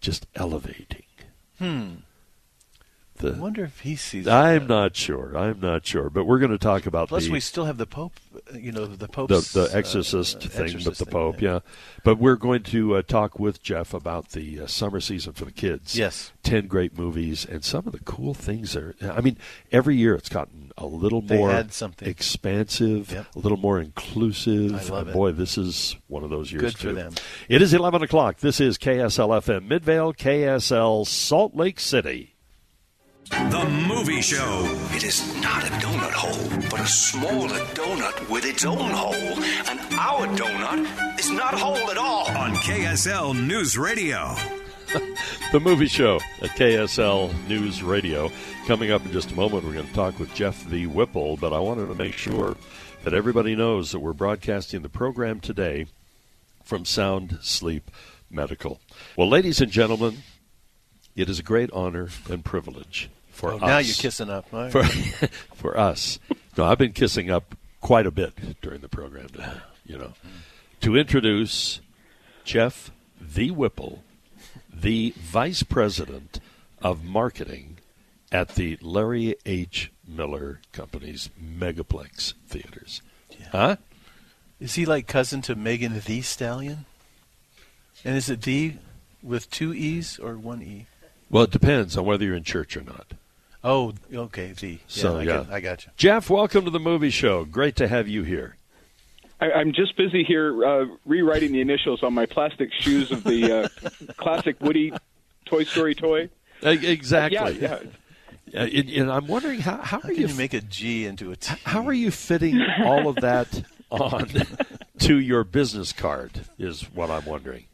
A: just elevating.
B: Hmm.
A: The,
B: I wonder if he sees. it.
A: I'm not sure. I'm not sure. But we're going to talk about
B: Plus,
A: the,
B: we still have the Pope. uh, You know, the uh, Pope.
A: the, the exorcist thing with the pope yeah but we're going to uh, talk with jeff about the uh, summer season for the kids
B: Yes.
A: 10 great movies and some of the cool things there i mean every year it's gotten a little
B: They
A: more
B: add something.
A: expansive
B: Yep.
A: a little more inclusive
B: I love
A: And
B: it.
A: boy this is one of those years
B: Good for
A: too.
B: them.
A: it is 11 o'clock this is ksl fm midvale ksl salt lake city
C: The movie show.
Q: It is not a donut hole, but a smaller donut with its own hole. And our donut is not hole at all.
C: On KSL News Radio.
A: The movie show at KSL News Radio. Coming up in just a moment, we're going to talk with Jeff the Whipple, but I wanted to make sure that everybody knows that we're broadcasting the program today from Sound Sleep Medical. Well, ladies and gentlemen, it is a great honor and privilege for
B: Oh,
A: us.
B: now you're kissing up, all right.
A: For, for us. No, I've been kissing up quite a bit during the program today, you know. To introduce Jeff the Whipple, the Vice President of Marketing at the Larry H. Miller Company's Megaplex Theaters. Huh?
B: Is he like cousin to Megan the Stallion? And is it the with two E's or one E?
A: Well, it depends on whether you're in church or not.
B: Oh, okay, the. Yeah,
A: So,
B: I
A: yeah.
B: Got, I got you.
A: Jeff, welcome to the movie show. Great to have you here.
J: I, I'm just busy here uh, rewriting the initials on my plastic shoes of the uh, classic Woody Toy Story toy.
A: E- Exactly.
J: Uh, yeah, yeah.
A: Uh, and, and I'm wondering how, how, are
B: How can
A: you,
B: you make a G into a T?
A: how are you fitting all of that on to your business card is what I'm wondering.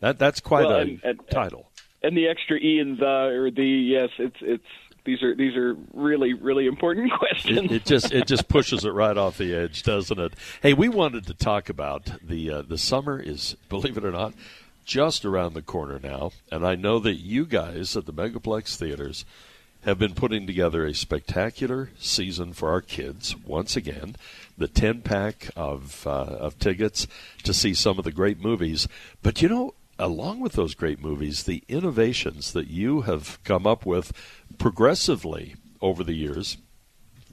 A: That that's quite
J: Well,
A: a
J: and- and-
A: title.
J: And the extra e and the or the yes, it's it's these are these are really really important questions.
A: It, it just it just pushes it right off the edge, doesn't it? Hey, we wanted to talk about the uh, the summer is believe it or not just around the corner now, and I know that you guys at the Megaplex Theaters have been putting together a spectacular season for our kids once again. The ten pack of uh, of tickets to see some of the great movies, but you know. Along with those great movies, the innovations that you have come up with progressively over the years,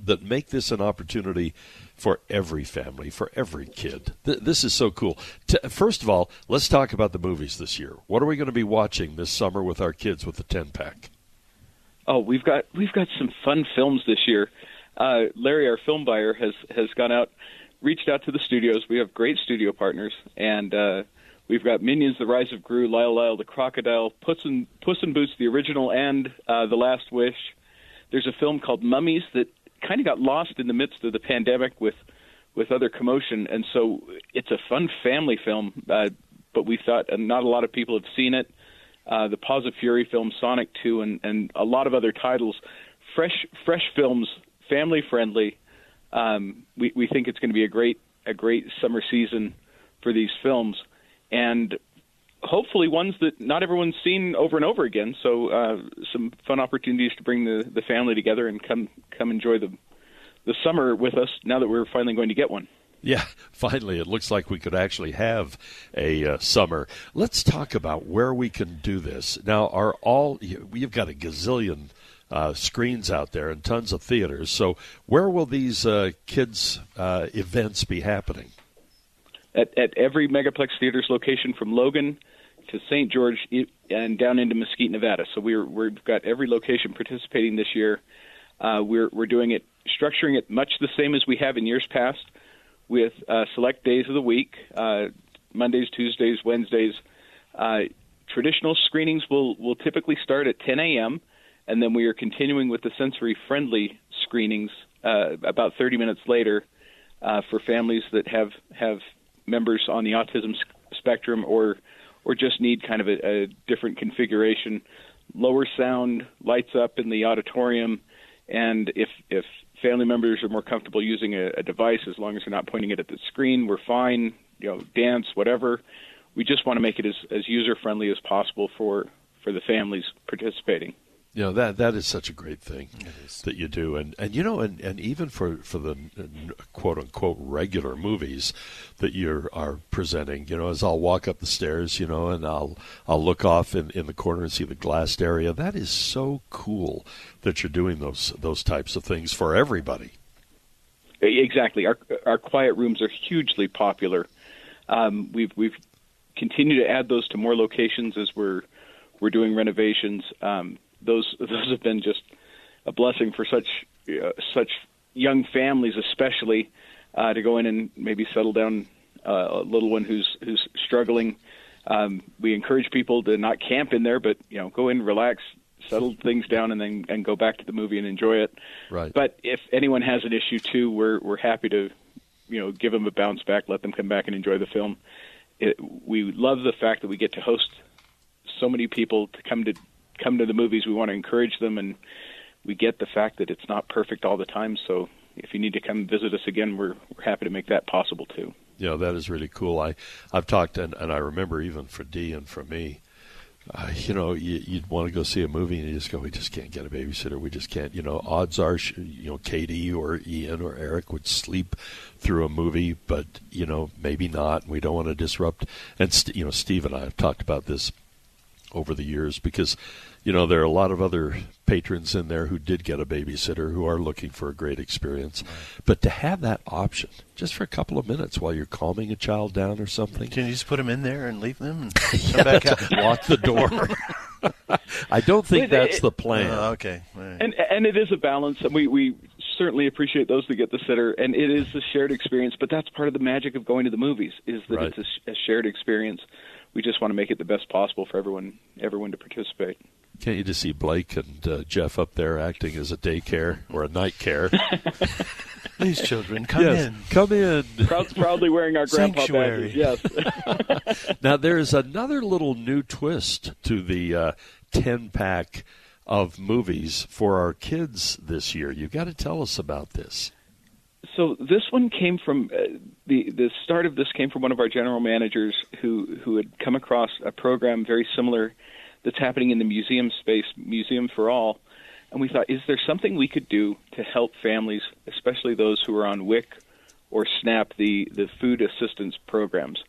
A: that make this an opportunity for every family, for every kid. Th- this is so cool. T- first of all, let's talk about the movies this year. What are we going to be watching this summer with our kids with the 10 pack?
J: Oh, we've got we've got some fun films this year. Uh, Larry, our film buyer, has has gone out, reached out to the studios. We have great studio partners, and uh, we've got Minions: The Rise of Gru, Lyle Lyle the Crocodile, Puss in Puss in Boots: The Original, and uh, The Last Wish. There's a film called Mummies that kind of got lost in the midst of the pandemic with with other commotion, and so it's a fun family film. Uh, but we thought and not a lot of people have seen it uh, the Paws of Fury film, Sonic 2, and, and a lot of other titles. Fresh, fresh films, family friendly. Um, we, we think it's going to be a great, a great summer season for these films, and hopefully ones that not everyone's seen over and over again. So uh, some fun opportunities to bring the, the family together and come come enjoy the the summer with us. Now that we're finally going to get one.
A: Yeah, finally, it looks like we could actually have a uh, summer. Let's talk about where we can do this. Now, are all you- you've got a gazillion uh, screens out there and tons of theaters. So, where will these uh, kids' uh, events be happening?
J: at, at every Megaplex Theaters location from Logan to St. George i- and down into Mesquite, Nevada. So we're, we've got every location participating this year. Uh, we're, we're doing it, structuring it much the same as we have in years past with uh, select days of the week uh, Mondays, Tuesdays, Wednesdays. Uh, traditional screenings will, will typically start at 10 a.m., and then we are continuing with the sensory friendly screenings uh, about 30 minutes later uh, for families that have have members on the autism s- spectrum or or just need kind of a, a different configuration. Lower sound, lights up in the auditorium, and if if family members are more comfortable using a, a device as long as they're not pointing it at the screen, we're fine. You know, dance, whatever. We just want to make it as, as user friendly as possible for for the families participating.
A: you know that that is such a great thing that you do and and you know and, and even for for the uh, quote unquote regular movies that you are presenting you know as I'll walk up the stairs you know and I'll I'll look off in, in the corner and see the glassed area that is so cool that you're doing those those types of things for everybody
J: E, Exactly. Our our quiet rooms are hugely popular. Um, we've we've continued to add those to more locations as we're we're doing renovations. Um, those those have been just a blessing for such uh, such young families, especially uh, to go in and maybe settle down uh, a little one who's who's struggling. Um, we encourage people to not camp in there, but you know, go in, relax, settle things down, and then and go back to the movie and enjoy it.
A: right
J: But if anyone has an issue too, we're we're happy to, you know, give them a bounce back, let them come back and enjoy the film. It, we love the fact that we get to host so many people to come to come to the movies. We want to encourage them, and we get the fact that it's not perfect all the time. So if you need to come visit us again, we're, we're happy to make that possible too.
A: Yeah, that is really cool. I, I've talked, and, and I remember even for D and for me, uh, you know, you, you'd want to go see a movie and you just go, we just can't get a babysitter. We just can't, you know, odds are, sh- you know, Katie or Ian or Eric would sleep through a movie, but, you know, maybe not. We don't want to disrupt. And, st- you know, Steve and I have talked about this over the years because, you know, there are a lot of other patrons in there who did get a babysitter who are looking for a great experience. But to have that option just for a couple of minutes while you're calming a child down or something.
B: Can you just put them in there and leave them and come
A: Yeah,
B: back
A: that's-
B: out?
A: lock the door. I don't think
J: But it-
A: that's the plan.
B: Oh, okay. All right.
J: And and it is a balance, and we we certainly appreciate those that get the sitter, and it is a shared experience. But that's part of the magic of going to the movies is that
A: Right.
J: it's a, sh- a shared experience. We just want to make it the best possible for everyone everyone to participate.
A: Can't you just see Blake and uh, Jeff up there acting as a daycare or a night care?
B: These children, come
A: Yes,
B: in.
A: Come in.
J: Proud, proudly wearing our grandpa
A: Sanctuary.
J: badges. Yes.
A: now there is another little new twist to the uh, ten pack of movies for our kids this year. You've got to tell us about this.
J: so this one came from uh, the the start of this came from one of our general managers who who had come across a program very similar that's happening in the museum space, Museum for All, and we thought, is there something we could do to help families, especially those who are on WIC or SNAP, the the food assistance programs?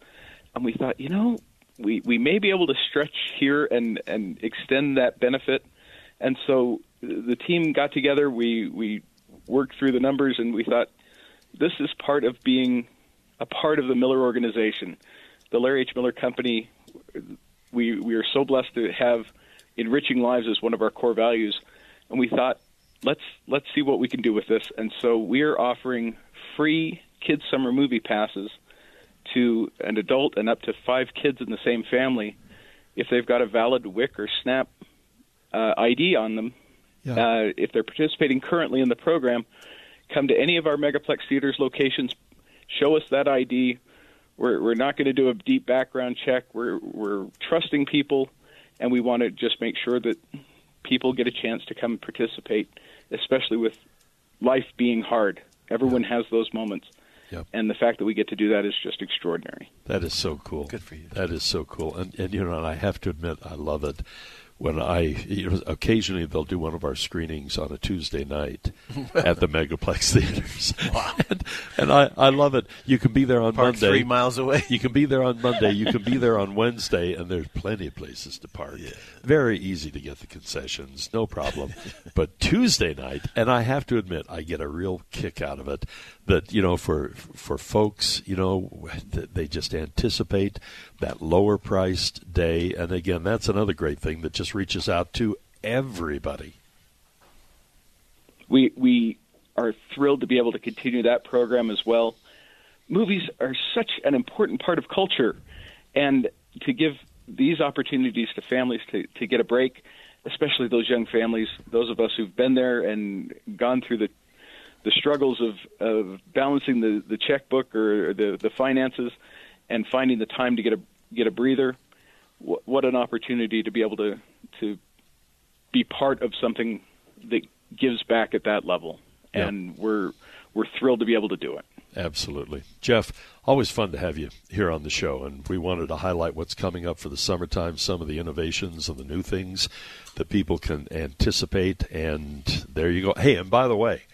J: And we thought, you know, we we may be able to stretch here and and extend that benefit, and so the team got together. We we worked through the numbers, and we thought this is part of being a part of the Miller organization. The Larry H. Miller Company, we, we are so blessed to have enriching lives as one of our core values. And we thought, let's, let's see what we can do with this. And so we are offering free kids' summer movie passes to an adult and up to five kids in the same family if they've got a valid WIC or SNAP uh, ID on them. Uh, if they're participating currently in the program, come to any of our Megaplex theaters locations, show us that ID. We're, we're not going to do a deep background check. We're, we're trusting people, and we want to just make sure that people get a chance to come and participate, especially with life being hard. Everyone has those moments.
A: Yep.
J: And the fact that we get to do that is just extraordinary.
A: That is so cool. Good for you. That is so cool, and and you know, and I have to admit, I love it. When I you know, occasionally they'll do one of our screenings on a Tuesday night at the Megaplex theaters, wow. and, and I, I love it. You can be there on
B: Park
A: Monday,
B: three miles away.
A: You can be there on Monday. You can be there on Wednesday, and there's plenty of places to park. Very easy to get the concessions, no problem. but Tuesday night, and I have to admit, I get a real kick out of it. That you know, for for folks, you know, that they just anticipate that lower priced day, and again, that's another great thing that just reaches out to everybody.
J: we we are thrilled to be able to continue that program as well. Movies are such an important part of culture, and to give these opportunities to families to, to get a break, especially those young families, those of us who've been there and gone through the the struggles of, of balancing the, the checkbook or the, the finances and finding the time to get a get a breather. What, what an opportunity to be able to to be part of something that gives back at that level,
A: Yeah.
J: and we're we're thrilled to be able to do it.
A: Absolutely. Jeff, always fun to have you here on the show. And we wanted to highlight what's coming up for the summertime, some of the innovations and the new things that people can anticipate. And there you go. Hey, and by the way,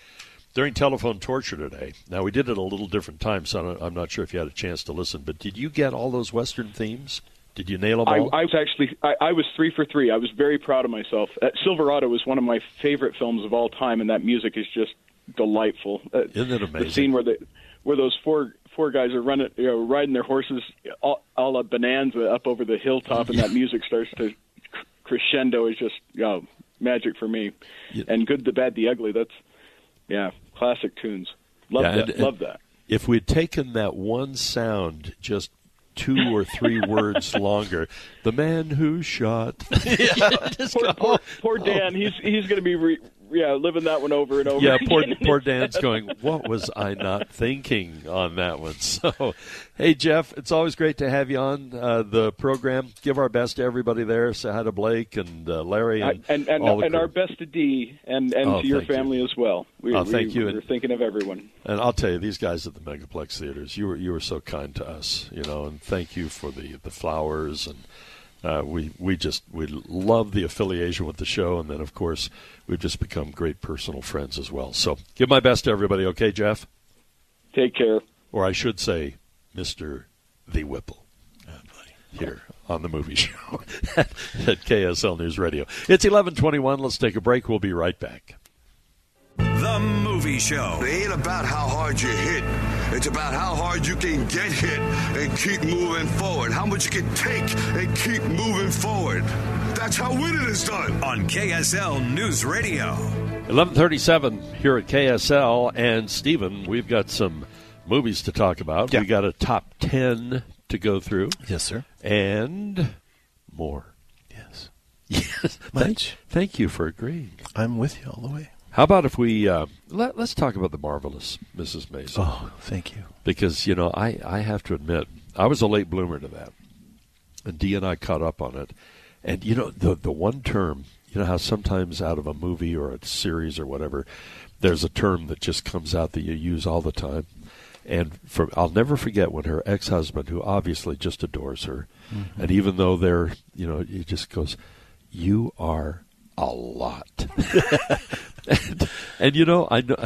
A: during telephone torture today, now we did it a little different time, so I don't- I'm not sure if you had a chance to listen, but did you get all those Western themes? Did you nail them
J: I,
A: all?
J: I was actually I, I was three for three. I was very proud of myself. Uh, Silverado is one of my favorite films of all time, and that music is just delightful. Uh,
A: Isn't it amazing?
J: The scene where the where those four four guys are running, you know, riding their horses, all, all a bonanza up over the hilltop, and that music starts to cr- crescendo is just you know, magic for me. And good, the bad, the ugly. That's yeah, classic tunes. Love
A: Yeah,
J: that.
A: and-
J: Love that.
A: If we'd taken that one sound just two or three words longer, the man who shot. Oh.
J: poor, poor, poor Dan. He's he's going to be re- yeah, living that one over and over.
A: Yeah, poor
J: again.
A: poor Dan's going. What was I not thinking on that one? So, hey Jeff, it's always great to have you on uh, the program. Give our best to everybody there. Say hi to Blake and uh, Larry
J: I-
A: and
J: and
A: all
J: and,
A: the
J: and
A: crew.
J: our best to D and and
A: Oh,
J: to your
A: thank you.
J: family as well. We,
A: Oh,
J: we-
A: thank you.
J: We're thinking of everyone.
A: And I'll tell you, these guys at the Megaplex theaters, you were you were so kind to us, you know, and thank you for the the flowers and. Uh, we we just we love the affiliation with the show, and then of course we've just become great personal friends as well. So give my best to everybody, okay, Jeff?
J: Take care.
A: Or I should say, Mister The Whipple, here on the movie show at KSL News Radio. It's eleven twenty one. Let's take a break. We'll be right back.
C: The Movie Show.
R: It ain't about how hard you hit. It's about how hard you can get hit and keep moving forward. How much you can take and keep moving forward. That's how winning is done.
C: On KSL News Radio.
A: 1137 here at KSL. And Stephen, we've got some movies to talk about. we got a top 10 to go through.
B: Yes, sir.
A: And more.
B: Yes.
A: Yes.
B: Much.
A: Thank, thank you for agreeing.
B: I'm with you all the way.
A: How about if we uh, let, let's talk about the marvelous Mrs. Maisel?
B: Oh, thank you.
A: Because, you know, I, I have to admit, I was a late bloomer to that. And Dee and I caught up on it. And, you know, the, the one term, you know how sometimes out of a movie or a series or whatever, there's a term that just comes out that you use all the time. And for, I'll never forget when her ex husband, who obviously just adores her,
S: Mhm.
A: and even though they're, you know, he just goes, You are a lot. and, and, you know, I know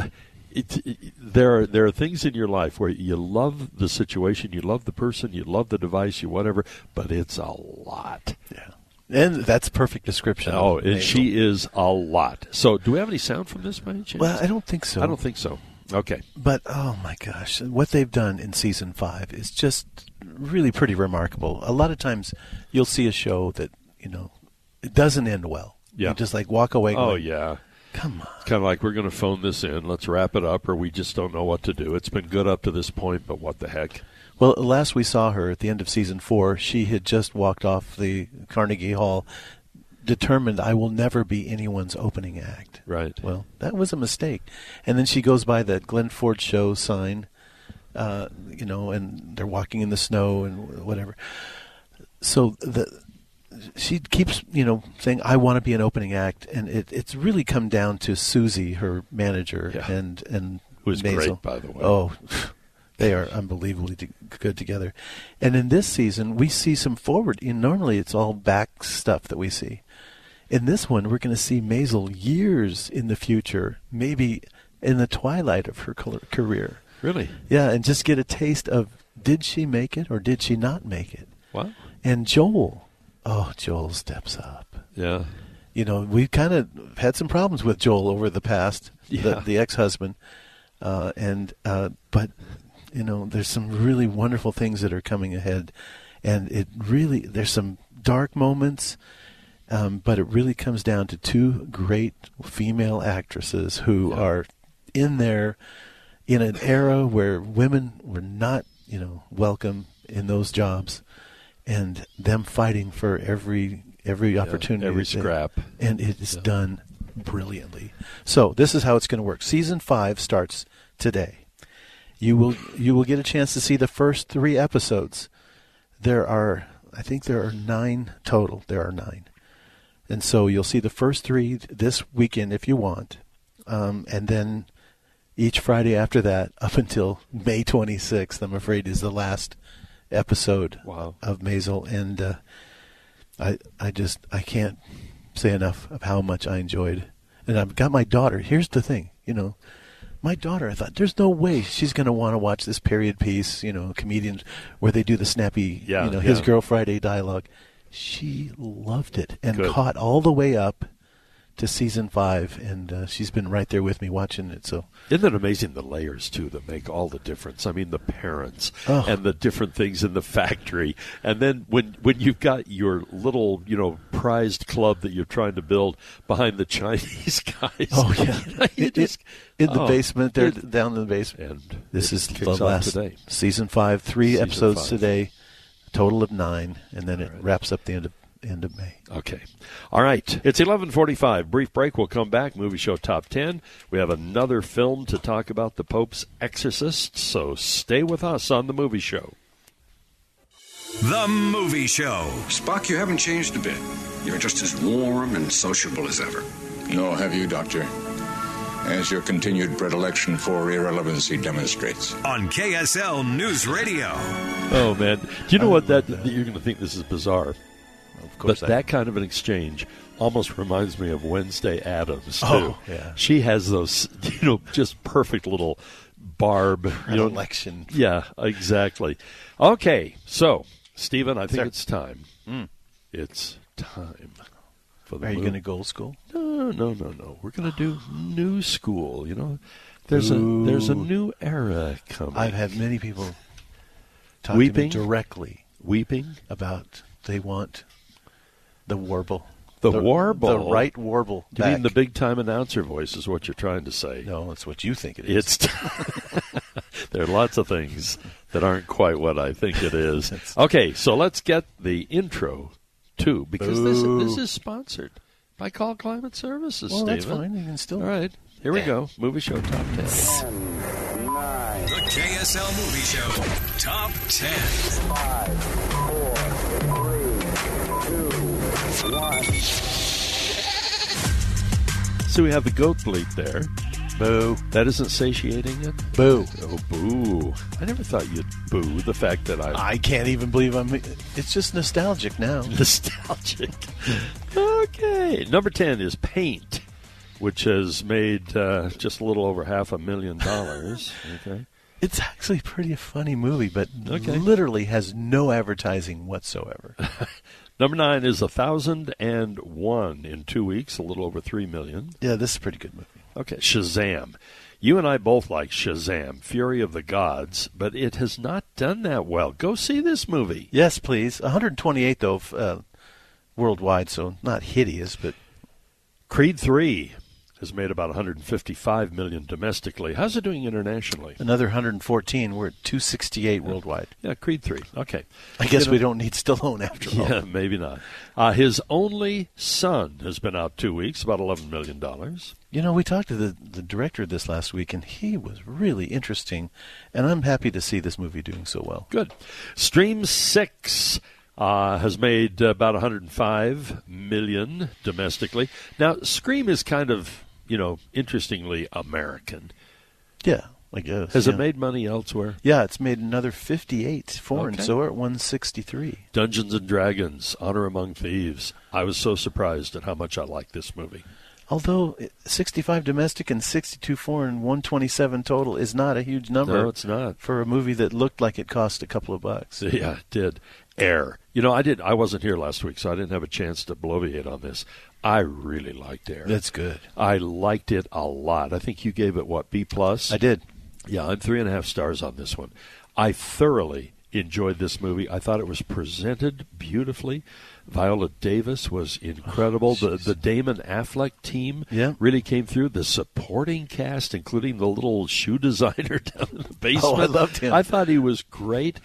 A: it, it- there are there are things in your life where you love the situation, you love the person, you love the device, you whatever, but it's a lot. Yeah,
B: and that's perfect description.
A: Oh,
B: of
A: and
B: Maisel.
A: she is a lot. So, do we have any sound from this by any chance?
B: Well, I don't think so.
A: I don't think so. Okay.
B: But oh my gosh, what they've done in season five is just really pretty remarkable. A lot of times, you'll see a show that you know it doesn't end well.
A: Yeah.
B: you just like walk away.
A: Oh
B: going,
A: yeah.
B: Come on.
A: It's kind of like we're going to phone this in. Let's wrap it up, or we just don't know what to do. It's been good up to this point, but what the heck?
B: Well, last we saw her at the end of season four, she had just walked off the Carnegie Hall, determined I will never be anyone's opening act.
A: Right.
B: Well, that was a mistake. And then she goes by the Glenn Ford Show sign, uh, you know, and they're walking in the snow and whatever. So the she keeps, you know, saying I want to be an opening act, and it, it's really come down to Susie, her manager, and and
A: Who is great,
B: Maisel.
A: by the way.
B: Oh, they are unbelievably t- good together. And in this season, we see some forward. And normally, it's all back stuff that we see. In this one, we're going to see Maisel years in the future, maybe in the twilight of her col- career.
A: Really?
B: Yeah, and just get a taste of did she make it or did she not make it?
A: Wow.
B: And Joel, oh, Joel steps up.
A: Yeah.
B: You know, we kind of had some problems with Joel over the past, the,
A: Yeah.
B: the ex-husband, uh, and uh, but you know, there's some really wonderful things that are coming ahead, and it really there's some dark moments, um, but it really comes down to two great female actresses who are in there in an era where women were not, you know, welcome in those jobs, and them fighting for every every opportunity,
A: every
B: that they-
A: scrap.
B: and it is done brilliantly. So this is how it's going to work. Season five starts today. You will you will get a chance to see the first three episodes. There are I think there are nine total. There are nine, and so you'll see the first three this weekend if you want, um, and then each Friday after that up until May 26th. I'm afraid is the last episode of Maisel and. Uh, I I just I can't say enough of how much I enjoyed. And I've got my daughter. Here's the thing, you know, my daughter. I thought there's no way she's going to want to watch this period piece, you know, comedians where they do the snappy,
A: Yeah,
B: you know, his
A: yeah.
B: girl Friday dialogue. She loved it and
A: Good.
B: caught all the way up to season five, and uh, she's been right there with me watching it. So
A: Isn't it amazing the layers too that make all the difference? I mean, the parents
B: Oh.
A: and the different things in the factory, and then when when you've got your little you know prized club that you're trying to build behind the Chinese guys.
B: Oh, yeah.
A: You know, you
B: It- it-
A: just-
B: in the
A: oh,
B: basement, they're
A: it-
B: down in the basement.
A: And
B: this
A: it
B: is
A: kicks
B: the
A: off
B: last
A: today.
B: season five, three
A: Season
B: episodes
A: five.
B: today, total of nine, and then it wraps up the end of end of May.
A: Okay. All right. It's 11:45. Brief break. We'll come back. Movie show top 10. We have another film to talk about, The Pope's Exorcist, so stay with us on the movie show.
C: The Movie Show.
T: Spock, you haven't changed a bit. You're just as warm and sociable as ever.
S: Nor have you, Doctor, as your continued predilection for irrelevancy demonstrates.
C: On KSL News Radio.
A: Oh man, do you know what that, you're going to think this is bizarre? Of
B: course
A: but
B: I-
A: that kind of an exchange almost reminds me of Wednesday Adams too.
B: Oh, yeah.
A: She has those, you know, just perfect little barb you know-
B: Predilection.
A: Yeah, exactly. Okay, so Stephen, I think
B: Sir.
A: it's time.
B: Mm.
A: It's time. For the
B: Are you
A: mov-
B: going to gold school?
A: No, no, no, no. We're going to do new school. You know, there's a there's a
B: Ooh.
A: new era coming.
B: I've had many people talk
A: Weeping?
B: to me directly
A: weeping
B: about they want the warble,
A: The, warble.
B: the right warble.
A: You
B: back.
A: mean the big time announcer voice is what you're trying to say?
B: No, that's what you think it
A: is. It's there are lots of things that aren't quite what I think it is. okay, so let's get the intro too, because this this is sponsored by Call Climate Services.
B: Well, that's
A: Stephen.
B: fine. You can still.
A: All right, here we go. Movie show top ten.
C: The KSL Movie Show Top 10.
A: So we have the goat bleat there. Boo. That isn't satiating it?
B: Boo.
A: Oh, boo. I never thought you'd boo the fact that I.
B: I can't even believe I'm. It's just nostalgic now.
A: Nostalgic. okay. Number 10 is Paint, which has made uh, just a little over half a million dollars. okay.
B: It's actually pretty a funny movie, but
A: Okay.
B: literally has no advertising whatsoever.
A: Number 9 is 1001 in two weeks, a little over 3 million.
B: yeah, this is a pretty good movie.
A: Okay, Shazam. You and I both like Shazam, Fury of the Gods, but it has not done that well. Go see this movie.
B: Yes, please. 128 though f- uh, worldwide, so not hideous, but
A: Creed 3 has made about 155 million domestically. How's it doing internationally?
B: another 114. We're at 268 worldwide.
A: Yeah, Creed 3. Okay.
B: I guess
A: You
B: we
A: know-
B: don't need Stallone after all.
A: Yeah, maybe not. Uh, his only son has been out two weeks, about $11 million.
B: You know, we talked to the, the director of this last week, and he was really interesting, and I'm happy to see this movie doing so well.
A: Good. Stream 6 uh, has made about 105 million domestically. Now, Scream is kind of, you know, interestingly American.
B: Yeah, I guess.
A: Has
B: yeah.
A: it made money elsewhere?
B: Yeah, it's made another 58 foreign,
A: Okay.
B: so we're at 163.
A: Dungeons and Dragons, Honor Among Thieves. I was so surprised at how much I liked this movie.
B: Although it- 65 domestic and 62 foreign, 127 total is not a huge number.
A: No, it's not.
B: For a movie that looked like it cost a couple of bucks.
A: Yeah, it did. Air. You know, I did. I wasn't here last week, so I didn't have a chance to bloviate on this. I really liked Air.
B: That's good.
A: I liked it a lot. I think you gave it what B plus.
B: I did.
A: Yeah, I'm three and a half stars on this one. I thoroughly enjoyed this movie. I thought it was presented beautifully. Viola Davis was incredible. the the Damon Affleck team
B: Oh, Yeah.
A: really came through. The supporting cast, including the little shoe designer down in the basement.
B: Oh, I loved him.
A: I thought he was great.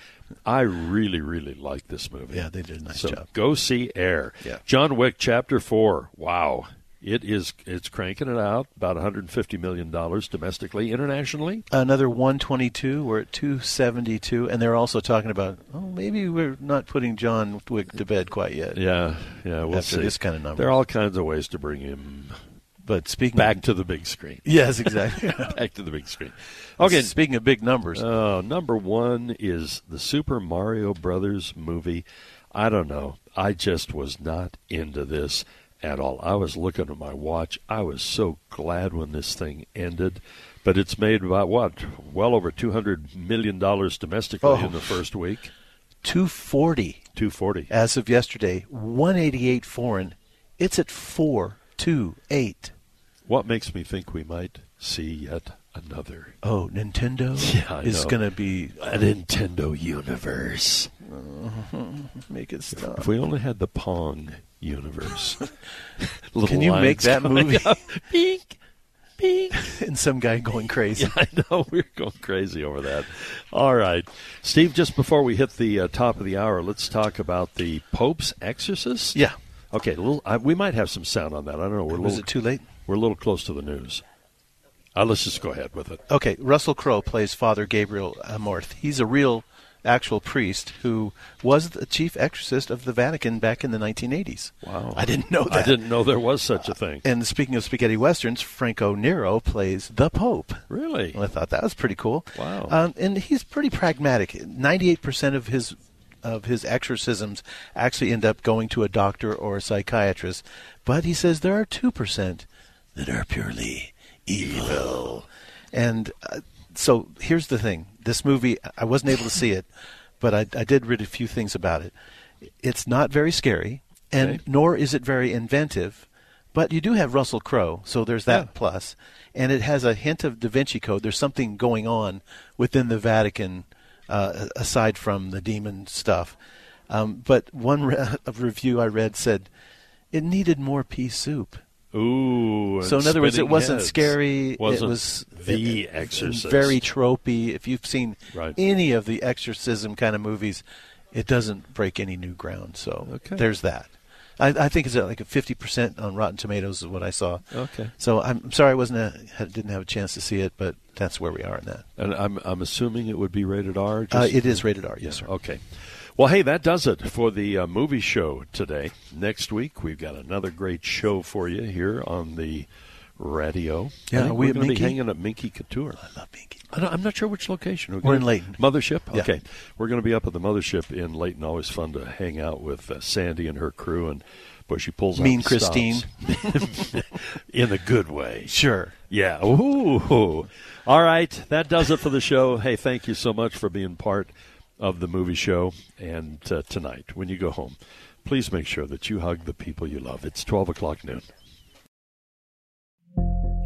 A: I really, really liked this movie.
B: Yeah, they did a nice
A: so
B: job.
A: Go see Air.
B: Yeah.
A: John Wick Chapter Four. Wow. It is it's cranking it out, about hundred and fifty million dollars domestically. Internationally?
B: Another 122, we're at 272, and they're also talking about, oh, maybe we're not putting John Wick to bed quite yet.
A: Yeah, yeah, we'll
B: After
A: see.
B: this kind of number.
A: There are all kinds of ways to bring him
B: But speaking
A: back to the big screen.
B: Yes, exactly.
A: back to the big screen. Okay.
B: Speaking of big numbers,
A: Uh, number one is the Super Mario Brothers movie. I don't know. I just was not into this at all. I was looking at my watch. I was so glad when this thing ended. But it's made about what? Well over two hundred million dollars domestically
B: Oh.
A: in the first week.
B: 240
A: Two forty.
B: as of yesterday, 188 foreign. It's at 428.
A: What makes me think we might see yet another
B: Oh, Nintendo
A: Yeah, I
B: is
A: know.
B: going to be
A: a Nintendo universe?
B: make it stop.
A: If we only had the Pong universe. Little
B: Can you
A: lines
B: make that
A: coming
B: movie?
A: up. Pink. Bing.
B: and some guy going crazy.
A: I know we're going crazy over that. All right, Steve. Just before we hit the uh, top of the hour, let's talk about the Pope's exorcist.
B: Yeah.
A: Okay. a Little, I, we might have some sound on that. I don't know. We're a
B: Was
A: little,
B: it too late?
A: We're a little close to the news. Uh, let's just go ahead with it.
B: Okay, Russell Crowe plays Father Gabriel Amorth. He's a real, actual priest who was the chief exorcist of the Vatican back in the 1980s.
A: Wow.
B: I didn't know that.
A: I didn't know there was such a thing.
B: And speaking of spaghetti westerns, Franco Nero plays the Pope.
A: Really?
B: Well, I thought that was pretty cool.
A: Wow.
B: Um, and he's pretty pragmatic. Ninety-eight percent of his of his exorcisms actually end up going to a doctor or a psychiatrist, but he says there are two percent that are purely evil. And uh, so here's the thing: this movie, I wasn't able to see it, but I, I did read a few things about it. It's not very scary, and
A: Okay.
B: nor is it very inventive. But you do have Russell Crowe, so there's that plus. And it has a hint of Da Vinci Code. There's something going on within the Vatican uh, aside from the demon stuff. Um, but one re- of review I read said it needed more pea soup.
A: Ooh.
B: So in
A: and
B: other words, it
A: spinning
B: wasn't
A: heads.
B: scary.
A: Wasn't
B: it was
A: the
B: it- it-
A: Exorcist.
B: Very tropey. If you've seen
A: Right.
B: any of the exorcism kind of movies, it doesn't break any new ground. So
A: Okay.
B: there's that. I, I think it's at like a fifty percent on Rotten Tomatoes is what I saw.
A: Okay.
B: So I'm I'm sorry I wasn't a, had- didn't have a chance to see it, but that's where we are in that.
A: And I'm I'm assuming it would be rated R.
B: Uh, it is rated R. Yes,
A: Yeah,
B: sir.
A: Okay. Well, hey, that does it for the uh, movie show today. Next week we've got another great show for you here on the radio.
B: Yeah,
A: I think
B: are we
A: we're
B: at
A: gonna be
B: Minky?
A: hanging at Minky Couture. I love Minky. I don't, I'm not sure which location.
B: We're in
A: gonna-
B: Layton.
A: Mothership.
B: Yeah.
A: Okay, we're going to be up at the mothership in Layton. Always fun to hang out with uh, Sandy and her crew, and boy, she pulls out
B: Mean
A: the stops.
B: Christine.
A: in a good way.
B: Sure.
A: Yeah. Ooh. All right. That does it for the show. Hey, thank you so much for being part of the movie show. And uh, tonight, when you go home, please make sure that you hug the people you love. It's 12 o'clock noon.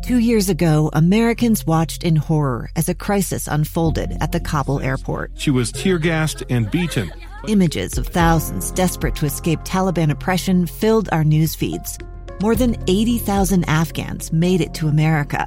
H: Two years ago, Americans watched in horror as a crisis unfolded at the Kabul airport.
Q: She was tear gassed and beaten.
H: Images of thousands desperate to escape Taliban oppression filled our news feeds. More than 80,000 Afghans made it to America.